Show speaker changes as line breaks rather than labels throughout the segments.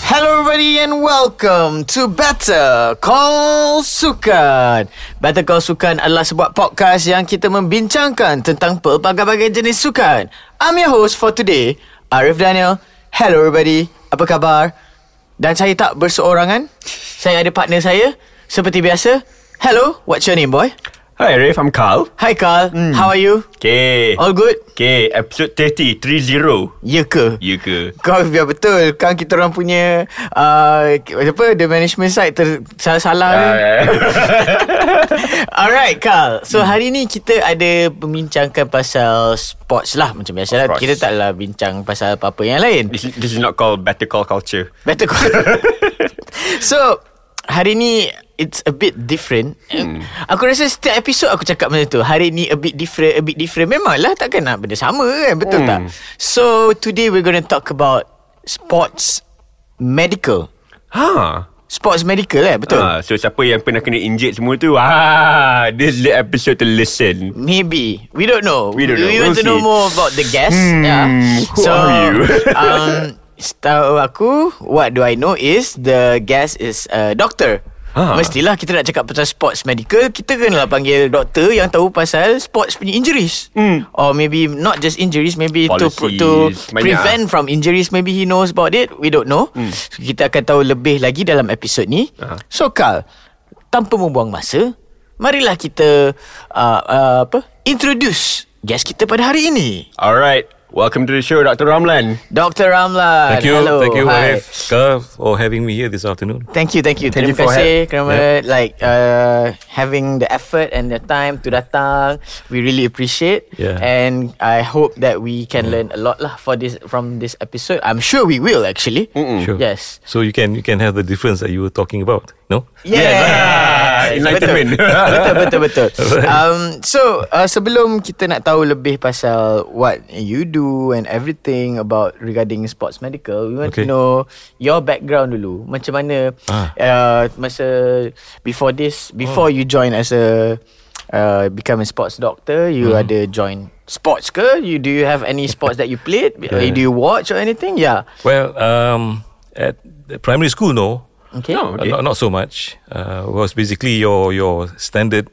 everybody, and welcome to Better Call Sukan. Better Call Sukan adalah sebuah podcast yang kita membincangkan tentang pelbagai-bagai jenis sukan. I'm your host for today, Arif Daniel. Hello everybody, apa khabar? Dan saya tak berseorangan. Saya ada partner saya, seperti biasa. Hello, what's your name boy? Hmm.
Hi Arif, I'm Carl.
Hi Carl, how are you?
Okay.
All good?
Okay, episode 30, 30.
Ya ke?
Ya ke?
Kau biar betul Kan kita orang punya uh, Apa The management side ter, Salah-salah
Ah,
ni
ya,
Alright Carl So hari ni kita ada Membincangkan pasal Sports lah Macam biasa lah
Of course.
Kita taklah bincang Pasal apa-apa yang lain
this, this is not called Better Call Culture.
Better call So Hari ni It's a bit different hmm. Aku rasa setiap episod Aku cakap macam tu Hari ni a bit different A bit different Memanglah takkan nak benda sama kan Betul hmm. tak So today we're going to talk about Sports Medical
Ha.
Sports medical eh Betul uh.
Ha, Ah, so siapa yang pernah kena injek semua tu, ah, this is the episode to listen.
Maybe We don't know
We don't know.
We want
We'll
to know
see.
more about the guest
Hmm,
yeah.
who are you?
um, Setahu aku What do I know is The guest is a doctor
Ha.
Mestilah kita nak cakap pasal sports medical Kita kenalah panggil doktor Yang tahu pasal sports punya injuries
Hmm.
Or maybe not just injuries Maybe
Policies,
to, to
banyak.
prevent from injuries Maybe he knows about it We don't know
Hmm.
so, Kita akan tahu lebih lagi dalam episod ni
Ha.
So Carl Tanpa membuang masa Marilah kita uh, uh, apa Introduce guest kita pada hari ini
Alright, welcome to the show, Dr. Ramlan.
Dr. Ramlan
Thank you,
Hello.
thank you,
Hi.
Arif, Carl, for having me here this afternoon.
Thank you, thank you. Thank Terima
you for
kasih kerana like uh, having the effort and the time to datang. We really appreciate.
Yeah.
And I hope that we can learn a lot lah for this from this episode. I'm sure we will actually.
Sure.
Yes.
So you can you can have the difference that you were talking about. No.
Yes.
Ah, enlightenment.
Betul betul betul. Um, so uh, sebelum kita nak tahu lebih pasal what you do and everything about regarding sports medical, we want okay. to
Okay.
know your background dulu. Macam mana ah.
Ah.
uh, masa before this, before oh. you join as a uh, become a sports doctor, you mm. ada join sports ke? You do you have any sports that you played? Yeah. Do you watch or anything? Yeah.
Well, um, at the primary school, no,
Okay.
No.
Uh, not, not so much. Uh, was basically your your standard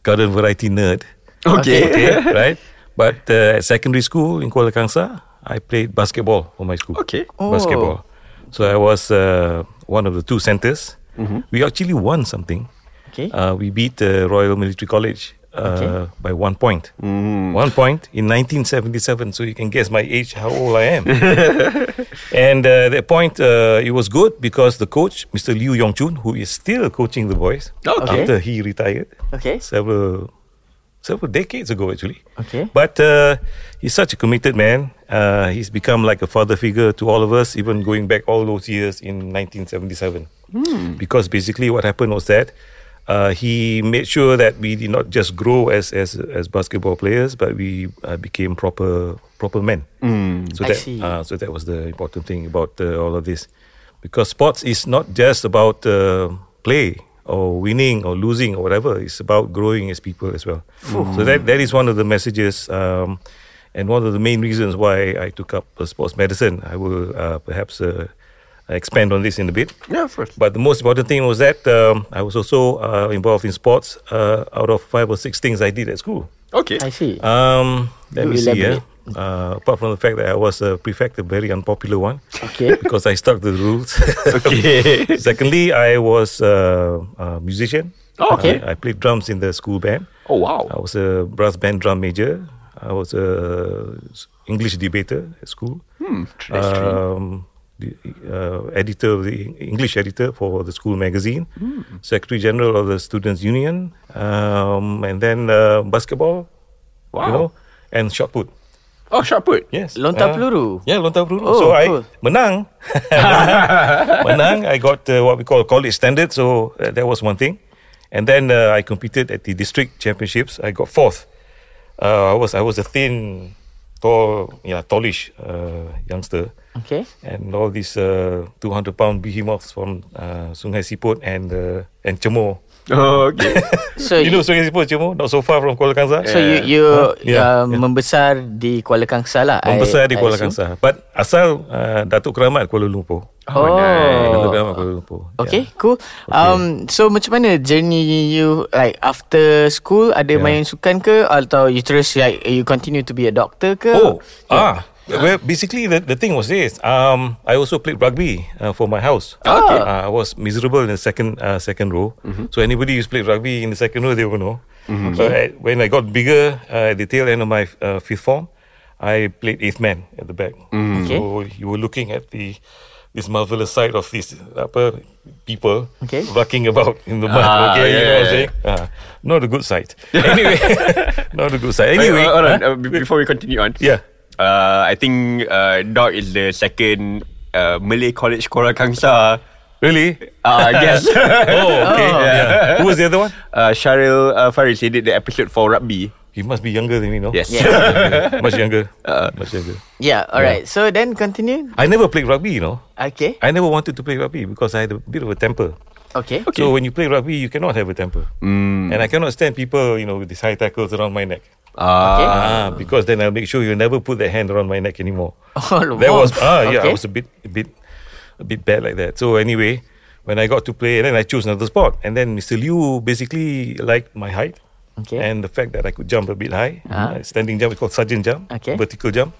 garden variety nerd,
Okay.
okay, right? But uh, at secondary school in Kuala Kangsa, I played basketball for my school.
Okay.
Oh.
Basketball. So I was uh, one of the two centers.
Mm-hmm.
We actually won something.
Okay.
Uh, we beat uh, Royal Military College uh,
Okay.
by one point. One point in 1977. So you can guess my age, how old I am. and uh, at that point, uh, it was good because the coach, Mr. Liu Yong Chun, who is still coaching the boys
Okay.
after he retired
Okay.
several several decades ago, actually.
Okay.
But uh, he's such a committed man. Uh, he's become like a father figure to all of us, even going back all those years in 1977.
Hmm.
Because basically, what happened was that uh, he made sure that we did not just grow as as, as basketball players, but we uh, became proper proper men. So
Hmm. I
that
see.
Uh, so that was the important thing about uh, all of this, because sports is not just about uh, play or winning or losing or whatever. It's about growing as people as well. So that that is one of the messages. Um, and one of the main reasons why I took up uh, sports medicine, I will uh, perhaps uh, expand on this in a bit.
Yeah, of course.
But the most important thing was that um, I was also uh, involved in sports. Uh, out of five or six things I did at school,
Okay.
I see.
um, let
Do
me see. Yeah.
elaborate.
Uh, apart from the fact that I was a prefect, a very unpopular one,
Okay.
because I stuck to the rules.
Okay.
Secondly, I was uh, a musician.
Oh, okay.
I, I played drums in the school band.
Oh, wow.
I was a brass band drum major. I was a s- English debater at school.
Hmm, that's true.
Um, the uh, editor, of the English editor for the school magazine, secretary general of the students' union, um, and then uh, basketball,
Wow.
you know, and shot put.
Oh, shot put.
Yes.
Lontar
Ah.
peluru.
Yeah, lontar peluru.
Oh,
so I
cool.
menang. menang. I got uh, what we call college standard. So uh, that was one thing. And then uh, I competed at the district championships. I got fourth. Uh, I was I was a thin, tall, yeah, tallish uh, youngster.
Okay.
And all these uh, 200 pound behemoths from uh, Sungai Siput and uh, and Chemo
Oh, okay.
So
You know Sungai Siput Cimo Not so far from Kuala Kangsar
So you you
Yeah,
uh, membesar di Kuala Kangsar lah. I-
Membesar
I
di Kuala
assume.
Kangsar But asal uh, Datuk Keramat Kuala Lumpur
Oh.
Datuk Keramat Kuala Lumpur
Okay, cool. Um, so macam mana journey you like after school ada yeah.
Yeah.
main sukan ke atau you terus like you continue to be a doctor ke?
Oh, ah. Well, basically the, the thing was this. Um, I also played rugby uh, for my house.
Ah.
okay.
Uh, I was miserable in the second uh, second row.
Mm-hmm.
So anybody who's played rugby in the second row, they will know. So I, when I got bigger uh, at the tail end of my uh, fifth form, I played eighth man at the back.
Mm.
Okay.
So you were looking at the this marvelous side of these upper people
Okay.
rocking about in the mud.
Ah,
okay,
yeah,
you know what I'm
yeah,
saying? Ah, not a good sight. Anyway, not a good sight. Anyway,
Uh, all right,
huh?
uh, be- before we continue on.
Yeah.
Uh, I think uh, Doc is the second uh, Malay college Kuala Kangsar.
really?
Uh, I guess.
Oh, okay. Yeah. Who was the other one?
Uh, Cheryl uh, Faris, he did the episode for rugby.
He must be younger than me, no?
Yes.
Yeah.
Much younger. Much younger.
Yeah, alright. So then continue.
I never played rugby, you know.
Okay,
I never wanted to play rugby because I had a bit of a temper.
okay.
So when you play rugby, you cannot have a temper. And I cannot stand people, you know, with these high tackles around my neck.
Okay.
Ah,
Ah, because then I'll make sure you never put that hand around my neck anymore.
Oh,
That was
wow.
ah yeah,
Okay.
I was a bit a bit a bit bad like that. So anyway, when I got to play, then I chose another sport, and then Mr. Liu basically liked my height.
Okay.
And the fact that I could jump a bit high,
Ah.
uh, standing jump, it's called sergeant jump,
Okay.
vertical jump.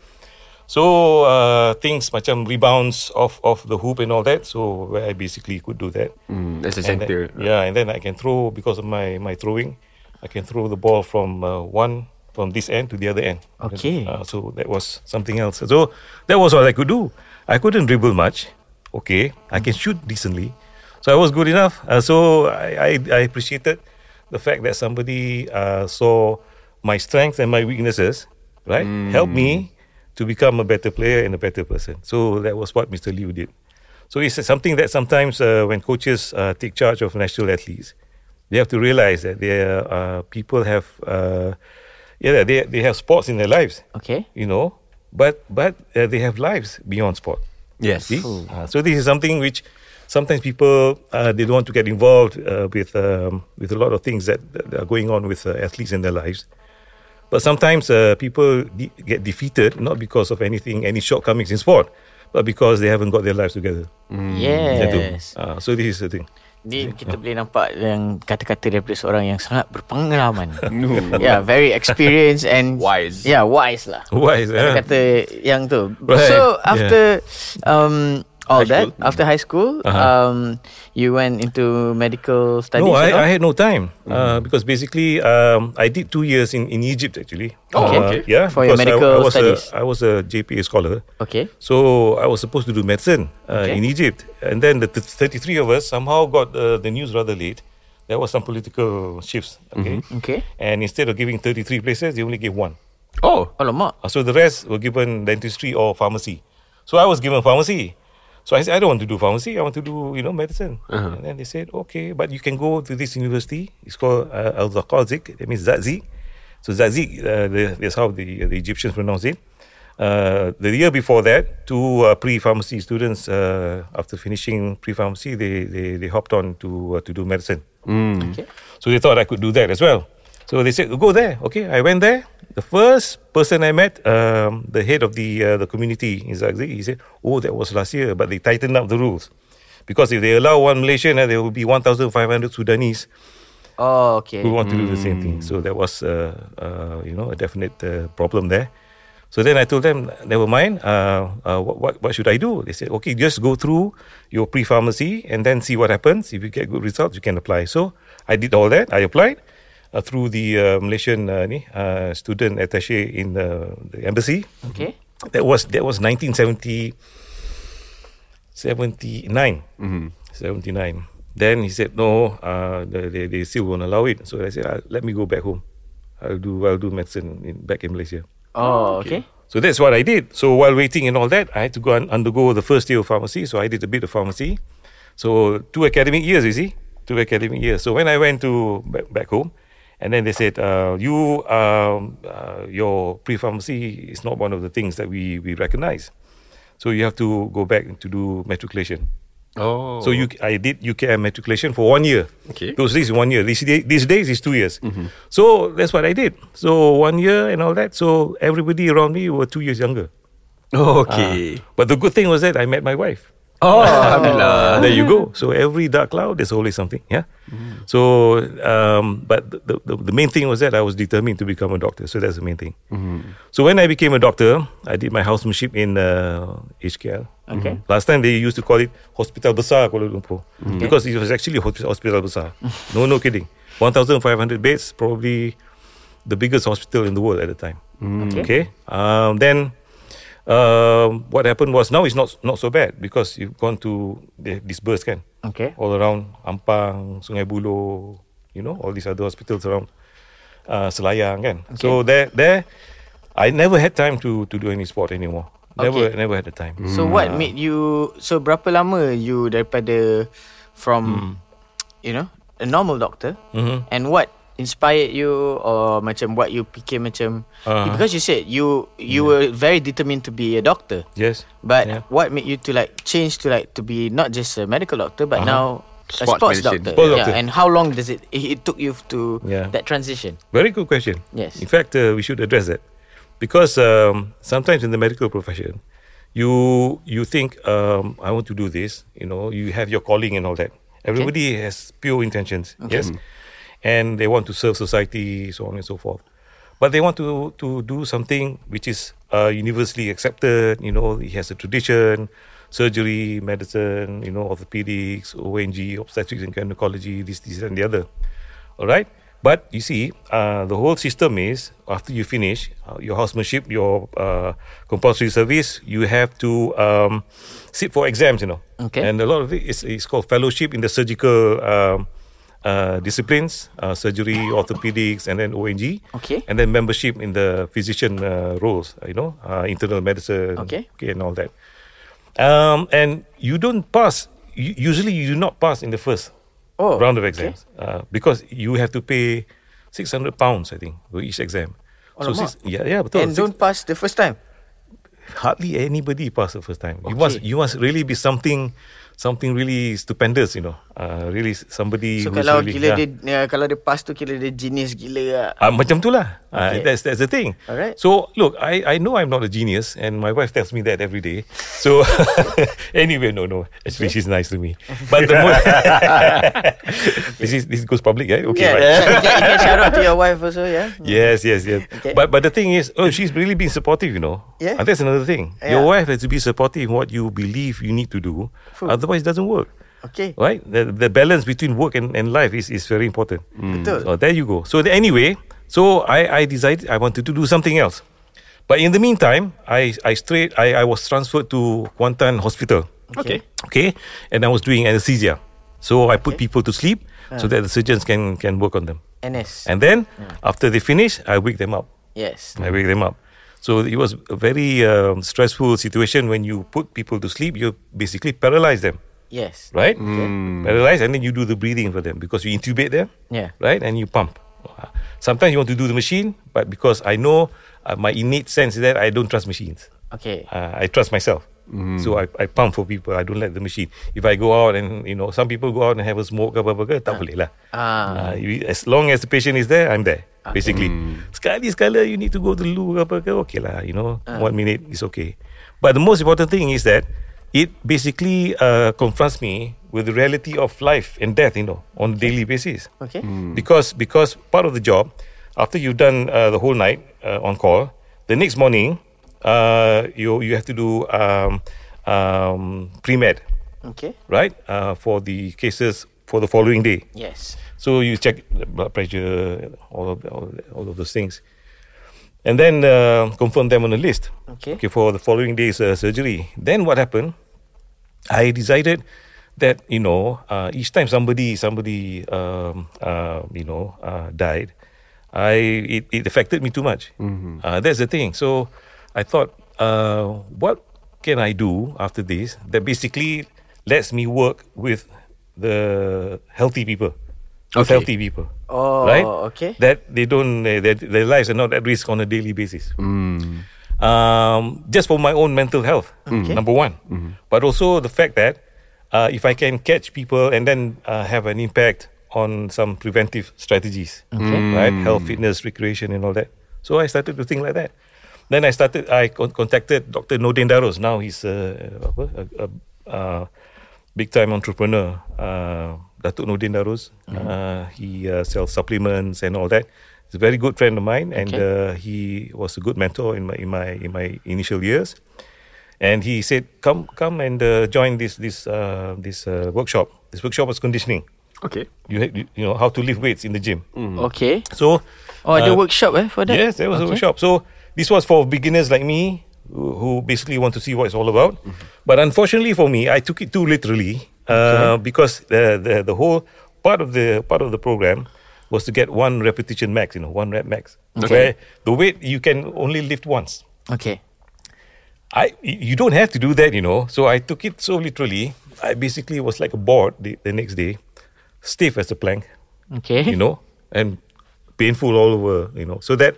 So uh, things macam rebounds off off the hoop and all that. So where I basically could do that.
mm, that's the
And then-
center.
yeah, and then I can throw because of my my throwing, I can throw the ball from uh, one from this end to the other end.
Okay.
Uh, so that was something else. So that was all I could do. I couldn't dribble much. Okay, I can shoot decently, so I was good enough. Uh, so I, I I appreciated the fact that somebody uh, saw my strengths and my weaknesses, right? Help me to become a better player and a better person. So that was what Mr. Liu did. So it's something that sometimes uh, when coaches uh, take charge of national athletes, they have to realize that their uh, people have uh, yeah they they have sports in their lives,
Okay.
you know, but but uh, they have lives beyond sport.
Yes.
See? Ah, so this is something which sometimes people uh, they don't want to get involved uh, with um, with a lot of things that, that are going on with uh, athletes in their lives. But sometimes uh, people de- get defeated not because of anything any shortcomings in sport, but because they haven't got their lives together.
Mm.
Hmm, Macam tu.
Yes.
Ah, so this is the thing.
Ni kita boleh nampak yang kata-kata daripada seorang yang sangat berpengalaman.
No.
yeah, very experienced and
Wise.
Yeah, wise lah.
Why is
Dia
that?
kata yang tu.
Right,
So
yeah. Uh-huh.
after um all
High
that,
school.
after high school, um you went into medical studies.
No, I,
and all?
I had no time
Mm-hmm.
uh, because basically um, I did two years in, in Egypt actually.
Oh,
Uh,
okay.
Yeah,
For your
because
medical
I, I was
studies.
A, I was a JPA scholar.
Okay.
So I was supposed to do medicine uh,
Okay.
in Egypt, and then the th- 33 of us somehow got uh, the news rather late. There was some political shifts, okay,
Mm-hmm. Okay.
and instead of giving 33 places, they only gave one.
Oh.
Alamak.
Uh, So the rest were given dentistry or pharmacy. So I was given pharmacy. So I said, I don't want to do pharmacy. I want to do, you know, medicine. And then they said, okay, but you can go to this university. It's called uh, Al Zaqazik. That means Zazi. So Zazi, uh, the- that's how the, the Egyptians pronounce it. Uh, the year before that, two uh, pre-pharmacy students, uh, after finishing pre-pharmacy, they, they, they hopped on to, uh, to do medicine. Hmm.
Okay.
So they thought I could do that as well. So they said, go there. Okay, I went there. The first person I met, um, the head of the uh, the community in Zagzi, he said, oh, that was last year, but they tightened up the rules. Because if they allow one Malaysian, uh, there will be 1,500 Sudanese
Oh, okay.
who want to do the same thing. So that was, uh, uh, you know, a definite uh, problem there. So then I told them, never mind. Uh, uh, what, what what should I do? They said, okay, just go through your pre-pharmacy and then see what happens. If you get good results, you can apply. So I did all that. I applied uh, through the uh, Malaysian uh, ni, uh, student attaché in the, the embassy.
Okay.
That was that was 1970 79. 79. Then he said, no, uh, they, they- they still won't allow it. So I said, "Ah, let me go back home. I'll do I'll do medicine in, back in Malaysia.
Oh, okay.
So that's what I did. So while waiting and all that, I had to go and undergo the first year of pharmacy. So I did a bit of pharmacy. So two academic years, you see, two academic years. So when I went to back, back home, and then they said, uh, "You, um, uh, your pre-pharmacy is not one of the things that we we recognize. So you have to go back to do matriculation."
Oh.
So you, I did UKM matriculation for one year.
Okay. Mm-hmm.
Because this is one year. These, day- these days is two years. So that's what I did. So one year and all that. So everybody around me were two years younger.
Oh, okay.
But the good thing was that I met my wife.
Oh, alhamdulillah.
there you go. So every dark cloud, there's always something. Yeah. So, um, but the, the, the main thing was that I was determined to become a doctor. So that's the main thing. So when I became a doctor, I did my housemanship in uh, HKL. Okay. Mm-hmm. Last time they used to call it Hospital Besar Kuala Lumpur because it was actually hospi- Hospital Besar. no, no kidding. 1,500 beds, probably the biggest hospital in the world at the time. Okay. Um, then um, what happened was now it's not not so bad because you've gone to they dispersed kan.
Okay.
All around Ampang, Sungai Buloh, you know, all these other hospitals around uh, Selayang kan. So there there I never had time to to do any sport anymore. Never
Okay.
never had the time.
So what made you So berapa lama you daripada
Hmm.
From You know A normal doctor
Mhm.
And what Inspired you Or macam What you fikir macam
Ah.
Because you said You
Hmm.
You were very determined To be a doctor
Yes.
But
Yeah.
what made you to like Change to like To be not just a medical doctor But now A
Sports
sports
medicine.
doctor.
Sports
yeah,
Uh-huh. doctor.
And how long does it It, it took you to
Yeah.
That transition
Very good question.
Yes.
In fact, uh, we should address that because um, sometimes in the medical profession, you you think um, I want to do this. You know, you have your calling and all that. Everybody has pure intentions. Yes, and they want to serve society, so on and so forth. But they want to to do something which is uh, universally accepted. You know, it has a tradition. Surgery, medicine, you know, orthopedics, ONG, obstetrics and gynecology, this, this, and the other. All right. But you see, uh, the whole system is after you finish uh, your housemanship, your uh, compulsory service, you have to um, sit for exams, you know.
Okay.
And a lot of it is, is called fellowship in the surgical um, uh, disciplines, uh, surgery, orthopedics, and then ONG.
Okay.
And then membership in the physician uh, roles, you know, uh, internal medicine,
Okay.
and all that. Um, and you don't pass, u- usually, you do not pass in the first
Oh,
round of
okay.
exams uh, because you have to pay 600 pounds, I think, for each exam.
Alamak.
six, yeah, yeah, betul.
And
Six-
don't pass the first time
hardly anybody pass the first time. You must, you must really be something, something really stupendous, you know. Uh, really s- somebody.
So
who's
kalau
really,
gila
yeah.
dia uh, Kalau dia pass tu Kira dia genius gila lah
Ah, macam tu lah. Ah,
Okay.
that's, that's the thing.
Alright.
So, look, I, I know I'm not a genius and my wife tells me that every day. So, anyway, no, no. Actually, she's nice to me. But the most... this, is, this goes public, right? Okay,
Yeah,
right.
yeah. You, can, you can shout out to your wife also, yeah.
Yes, yes, yes.
Mm. Okay.
But but the thing is, oh, she's really been supportive, you know.
Yeah.
And that's another thing.
Yeah.
Your wife has to be supportive in what you believe you need to do. Otherwise, it doesn't work.
Okay,
Right? The, the balance between work and, and life is, is very important.
Mm. betul.
So there you go. So the, anyway, so I, I decided I wanted to do something else. But in the meantime, I, I straight I, I was transferred to Kuantan Hospital.
Okay.
Okay. And I was doing anesthesia. So I put people to sleep
Ah.
so that the surgeons can, can work on them.
NS.
And then after they finish, I wake them up.
yes.
I wake them up. So it was a very um, stressful situation when you put people to sleep. You basically paralyze them,
Yes.
right? Paralyze, and then you do the breathing for them because you intubate them,
Yeah.
right? And you pump. Sometimes you want to do the machine, but because I know uh, my innate sense is that I don't trust machines.
Okay.
Uh, I trust myself. So I, I pump for people. I don't let the machine. If I go out and you know some people go out and have a smoke, apa apa ke, tak boleh lah.
Ah.
Uh, you, as long as the patient is there, I'm there. Basically, sekali sekala you need to go to the loo ke apa ke, okay lah. You know, one minute is okay. But the most important thing is that it basically uh, confronts me with the reality of life and death. You know, on a daily basis
Okay.
because because part of the job after you've done uh, the whole night uh, on call the next morning uh, you you have to do um, um, pre-med
Okay.
right uh, for the cases for the following day
Yes.
so you check the blood pressure all of all, all of those things and then uh, confirm them on a list
Okay.
okay for the following day's uh, surgery then what happened I decided that you know uh, each time somebody somebody um, uh, you know uh, died, I it, it affected me too much.
Mm-hmm.
Uh, that's the thing. So I thought, uh, what can I do after this that basically lets me work with the healthy people, with
Okay.
healthy people,
Oh,
right?
okay.
That they don't uh, their, their lives are not at risk on a daily basis um, just for my own mental health, number one. But also the fact that uh, if I can catch people and then uh, have an impact on some preventive strategies, right? Health, fitness, recreation, and all that. So I started to think like that. Then I started. I con- contacted Dr. Nordin Daros. Now he's a, apa, a, a, a big time entrepreneur. Uh, Datuk Nordin Daros. Uh, he uh, sells supplements and all that. He's a very good friend of mine, and uh, he was a good mentor in my in my in my initial years and he said, "Come, come and uh, join this this uh, this uh, workshop. This workshop was conditioning.
Okay.
You had, you know how to lift weights in the gym.
Mm.
Okay.
So,
Oh, ada
uh,
workshop eh for that?
Yes, there was a
Okay.
workshop. So this was for beginners like me who, who basically want to see what it's all about.
Mm-hmm.
But unfortunately for me, I took it too literally uh, because the, the the whole part of the part of the program was to get one repetition max. You know, one rep max, where the weight you can only lift once.
Okay.
I you don't have to do that, you know. So I took it so literally. I basically was like a board the, the next day, stiff as a plank,
Okay.
you know, and painful all over, you know. So that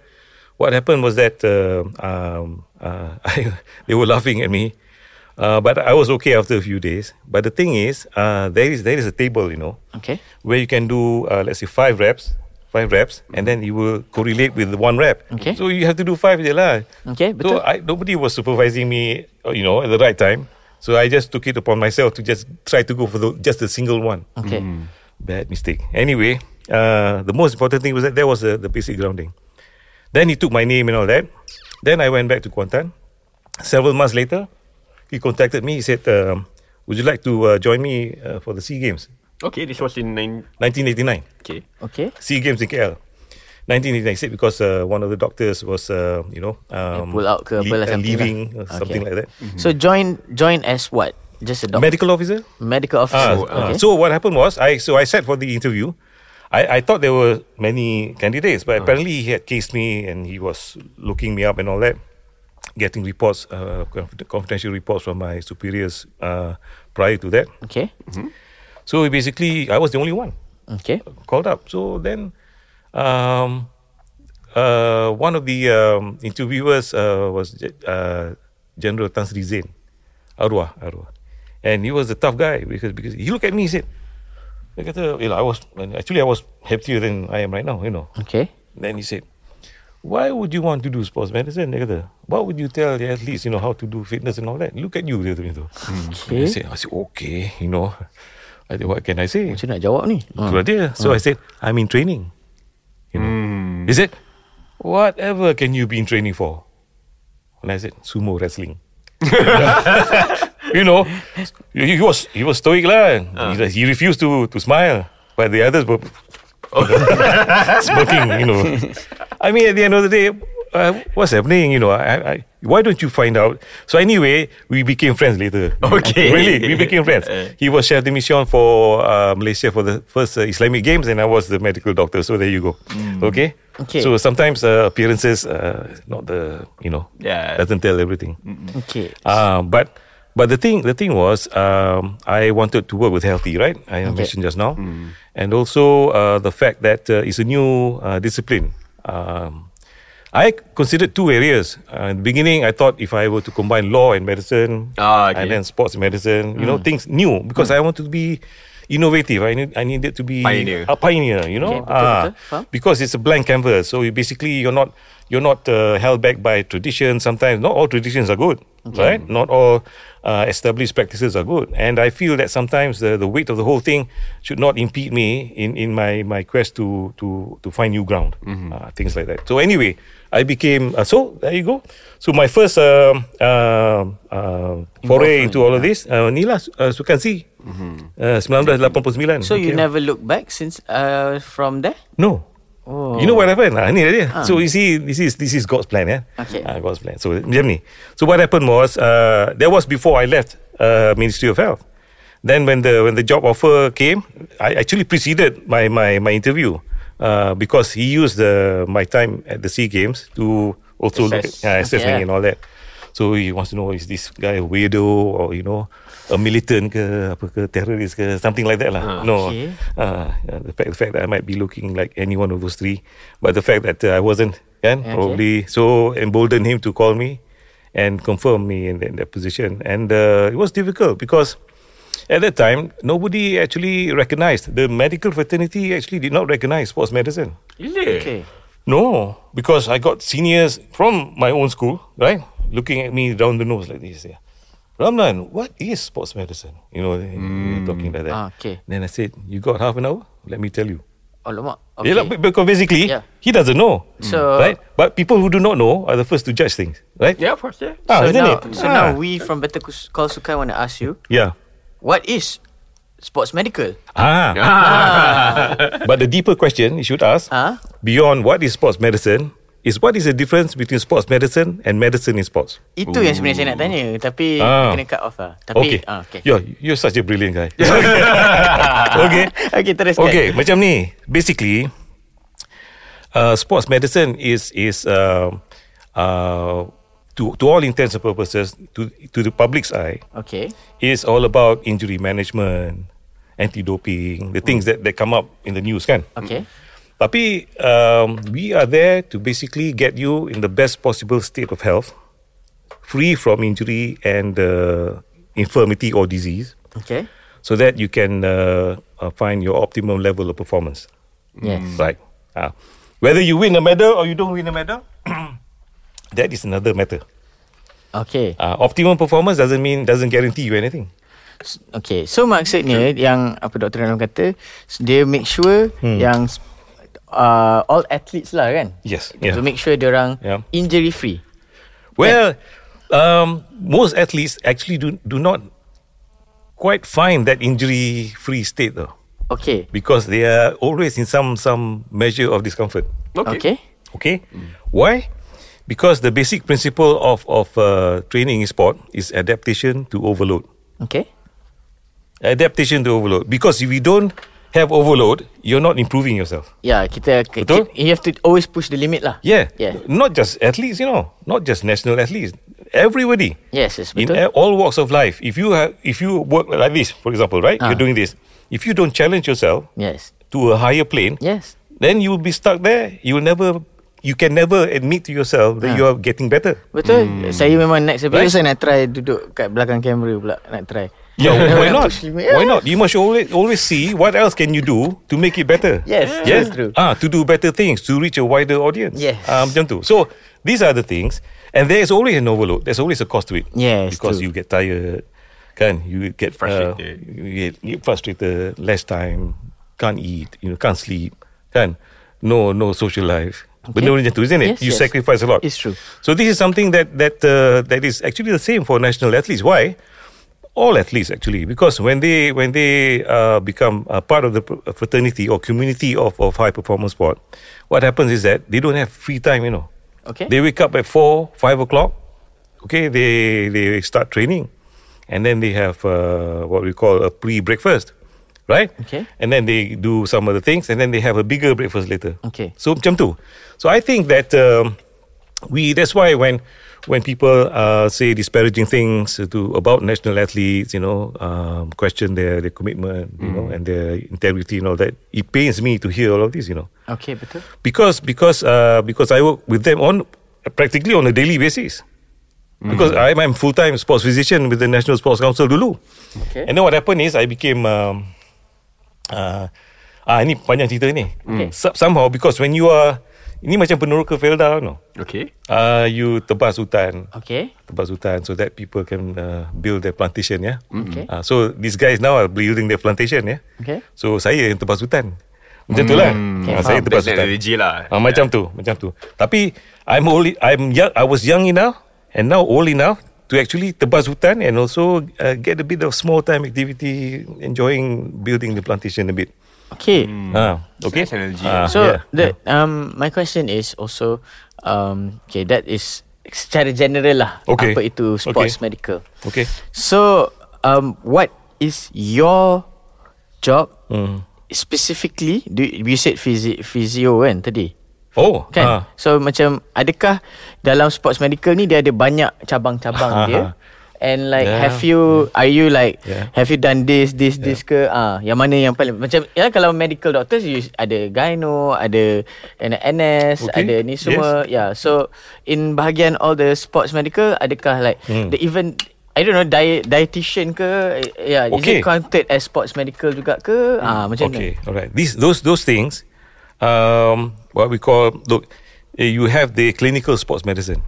what happened was that um um, uh, I, they were laughing at me, uh, but I was okay after a few days. But the thing is, uh, there is there is a table, you know,
Okay.
where you can do uh, let's say five reps, five reps, and then you will correlate with the one rep.
Okay.
So you have to do five je lah.
Okay, betul.
So I, nobody was supervising me, uh, you know, at the right time. So I just took it upon myself to just try to go for the, just a single one.
Okay.
Mm. Bad mistake. Anyway, uh, the most important thing was that there was the, the basic grounding. Then he took my name and all that. Then I went back to Kuantan. Several months later, he contacted me. He said, um, "Would you like to uh, join me uh, for the Sea Games,
Okay, this was in nine.
1989?"
Okay.
Okay.
Sea Games in KL. 1986 because uh, one of the doctors was uh, you know um,
pull out ke apa lah
uh,
something lah.
leaving or
Okay.
something like that
Mm-hmm.
So join join as what? Just a doc-
medical officer
medical
Ah,
officer.
ah.
okay.
so what happened was I so I sat for the interview I, I thought there were many candidates but apparently he had cased me and he was looking me up and all that getting reports uh, conf- confidential reports from my superiors uh, prior to that
okay.
so basically I was the only one
Okay.
called up. So then, um, uh, one of the um, interviewers uh, was Ge- uh, General Tan Sri Zain, Arwah, Arwah, and he was a tough guy because because he looked at me, he said, "Dia kata, "Yelah, I was actually I was happier than I am right now, you know."
Okay.
Then he said, "Why would you want to do sports medicine?" Dia kata, "What would you tell the athletes, you know, how to do fitness and all that? Look at you," dia kata macam tu.
Hmm. Okay.
I said, I said, okay, you know, I, what can I say?
Macam nak jawab ni?
Ah.
Itulah dia. So I said, I'm in training. You know. He said, whatever can you be in training for? And I said, sumo wrestling. you know, he, he was he was stoic lah. He, he refused to to smile, but the others were smirking. You know, I mean, at the end of the day, uh, what's happening? You know, I, I why don't you find out? So anyway, we became friends later.
Okay.
really, we became friends.
Uh.
He was chef de mission for uh, Malaysia for the first uh, Islamic Games, and I was the medical doctor. So there you go. Okay.
Okay.
So sometimes uh, appearances, uh, not the you know,
Yeah.
doesn't tell everything.
Ah,
Okay.
Uh, but but the thing the thing was um, I wanted to work with healthy, right? I mentioned just now,
Hmm.
and also uh, the fact that uh, it's a new uh, discipline. Um, I considered two areas. Uh, in the beginning, I thought if I were to combine law and medicine,
Ah, okay. Hmm.
and then sports and medicine, you know, things new because I want to be innovative. I need I needed to be
Pioneer.
a pioneer. You know,
Okay, betul,
Ah,
betul. Faham.
because it's a blank canvas. So you basically you're not you're not uh, held back by tradition. Sometimes not all traditions are good, right? Not all uh, established practices are good. And I feel that sometimes the, the weight of the whole thing should not impede me in, in my, my quest to to to find new ground, uh, things like that. So anyway, I became uh, so there you go. So my first um uh, uh, foray into all of this, uh, ni lah uh, Sukansi, uh, 1989.
So you
Okay.
never look back since uh from there?
No.
Oh.
You know what happened? Ah, ni dia. So you see, this is this is God's plan, yeah.
Okay.
Ah, God's plan. So macam ni. So what happened was, uh, that was before I left uh, Ministry of Health. Then when the when the job offer came, I actually preceded my my my interview uh, because he used the my time at the Sea Games to also look at,
Assess.
yeah, assess
Okay.
me and all that. So he wants to know is this guy a weirdo or you know a militant ke apa ke terrorist ke something like that lah. no,
Okay.
uh, yeah, the, fact, the fact that I might be looking like any one of those three, but the fact that uh, I wasn't, yeah,
Okay.
probably so emboldened him to call me and confirm me in, in that position. And uh, it was difficult because at that time, nobody actually recognized. The medical fraternity actually did not recognize sports medicine.
Really?
Okay.
No, because I got seniors from my own school, right? Looking at me down the nose like this. Yeah. Ramlan, what is sports medicine? You know, they- they're talking like that.
Ah, okay.
Then I said, You got half an hour? Let me tell you.
Alamak. Okay.
Yeah, like, be- because basically,
Yeah. Mm.
he doesn't know.
So-
right? But people who do not know are the first to judge things, right?
Yeah, of course, yeah.
Ah,
so
isn't
now,
it?
so
Ah.
now we from Better Kus- Call Sukan want to ask you,
Yeah.
what is sports medical?
Ah. but the deeper question you should ask,
Ah.
beyond what is sports medicine, is what is the difference between sports medicine and medicine in sports?
Itu yang sebenarnya saya nak tanya tapi
Ah.
kena cut off lah. Tapi
okay.
ah, okay.
You're, you're such a brilliant guy. okay.
Okay, teruskan.
Okay, macam ni. Basically, uh, sports medicine is is uh, uh, to to all intents and purposes to to the public's eye
Okay.
is all about injury management, anti-doping, the things that that come up in the news kan.
Okay.
Tapi um, we are there to basically get you in the best possible state of health, free from injury and uh, infirmity or disease,
Okay.
so that you can uh, uh, find your optimum level of performance.
Yes.
Right. Ah. whether you win a medal or you don't win a medal, that is another matter.
Okay.
Ah, optimum performance doesn't mean doesn't guarantee you anything.
Okay. So maksudnya yang apa Dr. Anam kata, s- dia make sure yang s- uh, all athletes lah kan?
Hmm. Yes.
To make sure dia orang
Yeah.
injury free.
Well, um, most athletes actually do do not quite find that injury free state though,
Okay.
because they are always in some some measure of discomfort.
Okay.
Okay, why? Because the basic principle of of uh, training in sport is adaptation to overload.
Okay.
Adaptation to overload. Because if you don't have overload, you're not improving yourself.
Ya, yeah, kita
Betul?
you have to always push the limit lah.
Yeah.
Yeah.
Not just athletes, you know, not just national athletes. Everybody.
Yes, yes,
in
betul.
a- all walks of life. If you have, if you work like this, for example, right?
Ah.
You're doing this. If you don't challenge yourself
yes.
to a higher plane,
Yes.
then you will be stuck there. You will never, you can never admit to yourself that
Ah.
you are getting better.
Betul. Hmm. Saya memang next episode
Right?
saya nak try duduk kat belakang kamera pula nak try.
Yeah, why
Nak
not?
push limit.
Why not? You must always always see what else can you do to make it better.
Yes,
yes,
that's true.
Ah, to do better things, to reach a wider audience.
Yes.
um, macam tu. So these are the things, and there is always an overload. There's always a cost to it.
Yes,
because
true.
you get tired, can you get uh,
Frustrated.
you get you frustrated, less time, can't eat, you know, can't sleep, can no no social life. But no, isn't
Yes,
it? you
yes.
sacrifice a lot.
It's true.
So this is something that that uh, that is actually the same for national athletes. Why? All athletes actually, because when they when they uh, become a part of the pr- fraternity or community of, of high performance sport, what happens is that they don't have free time. You know,
Okay.
they wake up at four five o'clock. Okay, they they start training, and then they have uh, what we call a pre breakfast, right?
Okay.
And then they do some other things, and then they have a bigger breakfast later.
Okay.
So macam tu. So I think that um, we that's why when when people uh, say disparaging things to about national athletes, you know, um, question their their commitment, you know, and their integrity and all that. It pains me to hear all of this, you know,
Okay, betul.
because because uh, because I work with them on practically on a daily basis. Because I'm, I'm full time sports physician with the National Sports Council dulu.
Okay.
And then what happened is I became um, uh, ah ini panjang cerita ni.
Okay.
So- Somehow because when you are ini macam peneroka Felda no.
Okay.
Uh, you tebas hutan.
Okay.
Tebas hutan so that people can uh, build their plantation ya.
Mm-hmm. Okay.
Uh, so these guys now are building their plantation ya.
Okay. Mm.
So saya yang tebas hutan. Macam tu lah. Ah, saya
Um, That's
tebas
the
hutan.
analogy lah.
Ah, Macam tu, macam tu. Tapi I'm only I'm young, I was young enough and now old enough to actually tebas hutan and also uh, get a bit of small time activity, enjoying building the plantation a bit.
Okay. Uh,
Ah, okay.
Nice analogy.
Ah,
So
yeah.
the um my question is also um okay that is secara general lah
Okay.
apa itu sports
Okay.
medical.
okay.
So um what is your job
Hmm.
specifically? Do you, you said physio, physio kan tadi?
Oh,
Kan?
ah.
So macam adakah dalam sports medical ni dia ada banyak cabang-cabang
Ah,
dia?
ah.
And like
Yeah.
have you are you like
Yeah.
have you done this this this ke ah yang mana yang paling macam ya kalau medical doctors you ada gyno ada ada NS
Okay.
ada ni
Hmm.
semua yeah so in bahagian all the sports medical adakah like the even
I don't know diet dietitian ke yeah is it
Okay.
counted as sports medical juga ke ah macam
okay,
ni
all right. These those those things, um, what we call look, eh, you have the clinical sports medicine.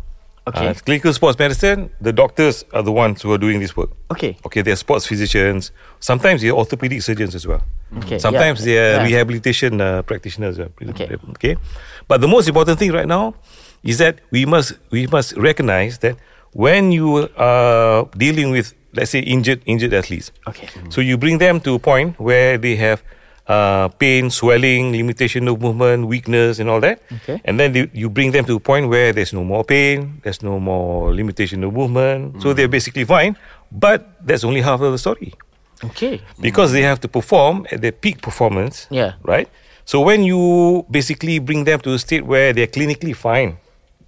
Okay.
Uh, clinical sports medicine. The doctors are the ones who are doing this work.
Okay.
Okay, they're sports physicians. Sometimes they're orthopedic surgeons as well. Mm.
Okay, yeah,
Sometimes they're
yeah.
rehabilitation uh, practitioners. uh,
Okay.
Okay. But the most important thing right now is that we must we must recognize that when you are dealing with let's say injured injured athletes.
Okay.
So you bring them to a point where they have uh, pain, swelling, limitation of movement, weakness, and all that.
Okay.
And then you, you bring them to a point where there's no more pain, there's no more limitation of movement. So they're
Mm.
basically fine. But that's only half of the story
okay
because they have to perform at their peak performance.
Yeah.
Right? So when you basically bring them to a state where they're clinically fine,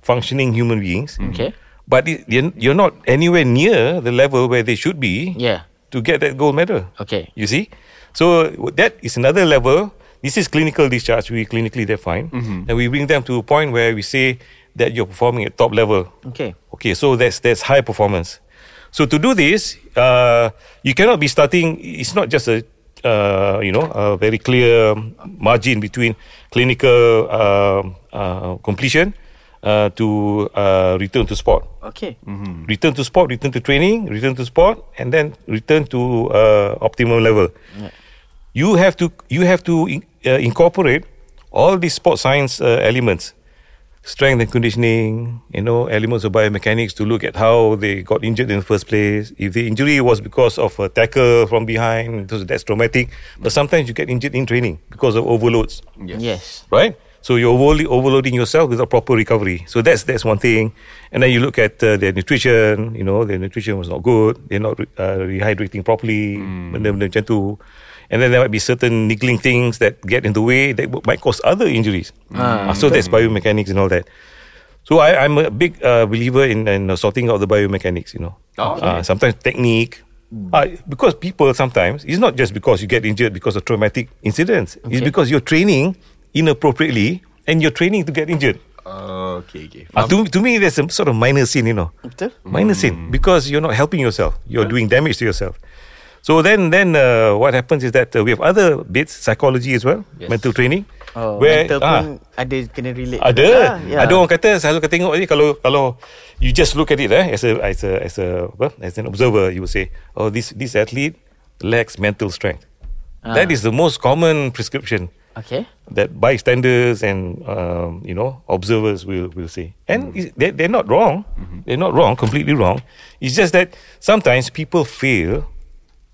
functioning human beings,
Mm. Okay.
but it, you're, you're not anywhere near the level where they should be
Yeah.
to get that gold medal.
Okay.
You see? So that is another level. This is clinical discharge. We clinically define. And we bring them to a point where we say that you're performing at top level.
okay
Okay, so that's that's high performance. So to do this, uh, you cannot be starting. It's not just a uh, you know a very clear margin between clinical uh, uh, completion uh, to uh, return to sport.
okay
Mm, Mm-hmm. Return to sport, return to training, return to sport, and then return to uh, optimum level. You have to you have to in, uh, incorporate all these sport science uh, elements, strength and conditioning, you know, elements of biomechanics to look at how they got injured in the first place. If the injury was because of a tackle from behind, because that's traumatic. But sometimes you get injured in training because of overloads
yes
right? So you're overly overloading yourself without proper recovery. So that's that's one thing. And then you look at uh, their nutrition. You know, their nutrition was not good. They're not re- uh, rehydrating properly. Benda-benda macam tu. And then there might be certain niggling things that get in the way that w- might cause other injuries. Ah, so there's biomechanics and all that. So I, I'm a big uh, believer in, in uh, sorting out the biomechanics. You know,
Oh, okay.
Ah, sometimes technique. Ah, because people sometimes it's not just because you get injured because of traumatic incidents. It's
Okay.
because you're training inappropriately and you're training to get injured.
Oh, okay, okay.
Ah, to, to me, there's a sort of minor sin, you know.
betul
Minor sin because you're not helping yourself. You're doing damage to yourself. So then, then uh, what happens is that uh, we have other bits, psychology as well,
Yes.
mental training.
oh mental
ah,
pun ada kena relate
lah.
ada.
Ya.
juga, yeah.
Ada orang kata selalu kau tengok ni kalau kalau you just look at it eh as a as a as a apa as an observer you would say oh this this athlete lacks mental strength. That is the most common prescription
okay
that bystanders and um, you know observers will will say. And is- they they're not wrong. They're not wrong, completely wrong. It's just that sometimes people fail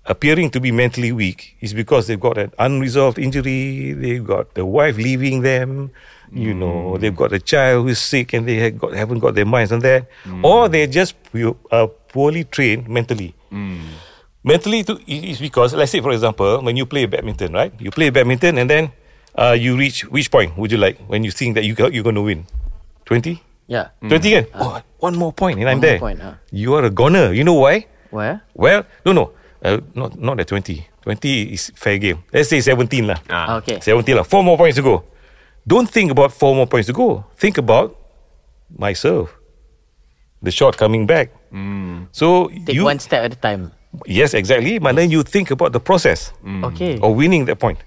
appearing to be mentally weak is because they've got an unresolved injury, they've got the wife leaving them, you know, they've got a child who's sick and they have got, haven't got their minds on that, or they're just pu- uh, poorly trained mentally. Mentally, to, is because let's say for example, when you play badminton, right? You play badminton and then uh, you reach which point would you like when you think that you got, you're going to win, twenty?
yeah
Twenty again? oh, one more point and
Hmm. Ah. One more
I'm there.
point, ah.
You are a goner. You know why?
where
Well, no, no. Uh, not not at 20. 20 is fair game. Let's say 17 lah.
Ah.
okay
17 lah. Four more points to go. Don't think about four more points to go. Think about my serve. The shot coming back. So
Hmm. take
you
one step at a time
yes exactly. But then you think about the process
okay
of winning that point.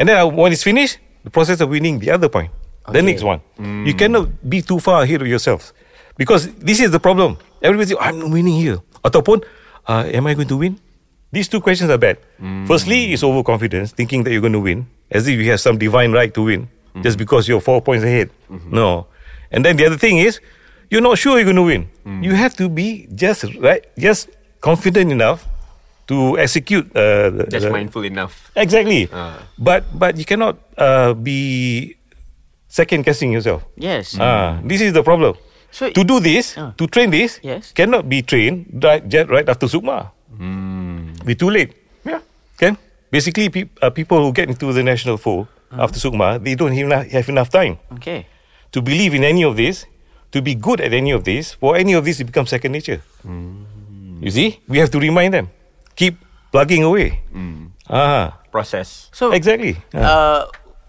And then uh, when it's finished, the process of winning the other point, the
Okay. Mm.
next one. You cannot be too far ahead of yourselves because this is the problem. Everybody say, I'm winning here. Ataupun, uh, am I going to win? These two questions are bad.
Mm.
Firstly, it's overconfidence, thinking that you're going to win, as if you have some divine right to win
Mm-hmm.
just because you're four points ahead. No. And then the other thing is, you're not sure you're going to win.
Mm.
You have to be just right, just confident enough to execute uh, the-
That's
the-
mindful enough.
Exactly.
Ah.
But but you cannot uh, be second guessing yourself.
yes
Ah, this is the problem.
So
to do this,
Ah.
to train this,
Yes.
cannot be trained right just right after Sukma. Be too late.
Hmm. Yeah.
Okay. Basically, peop uh, people who get into the national fold
Ah.
after Sukma, they don't even have enough time
okay
to believe in any of this, to be good at any of this, for any of this, it becomes second nature.
Hmm.
You see, we have to remind them, keep plugging away.
Hmm.
Ah,
Process.
so
exactly. Ah.
uh,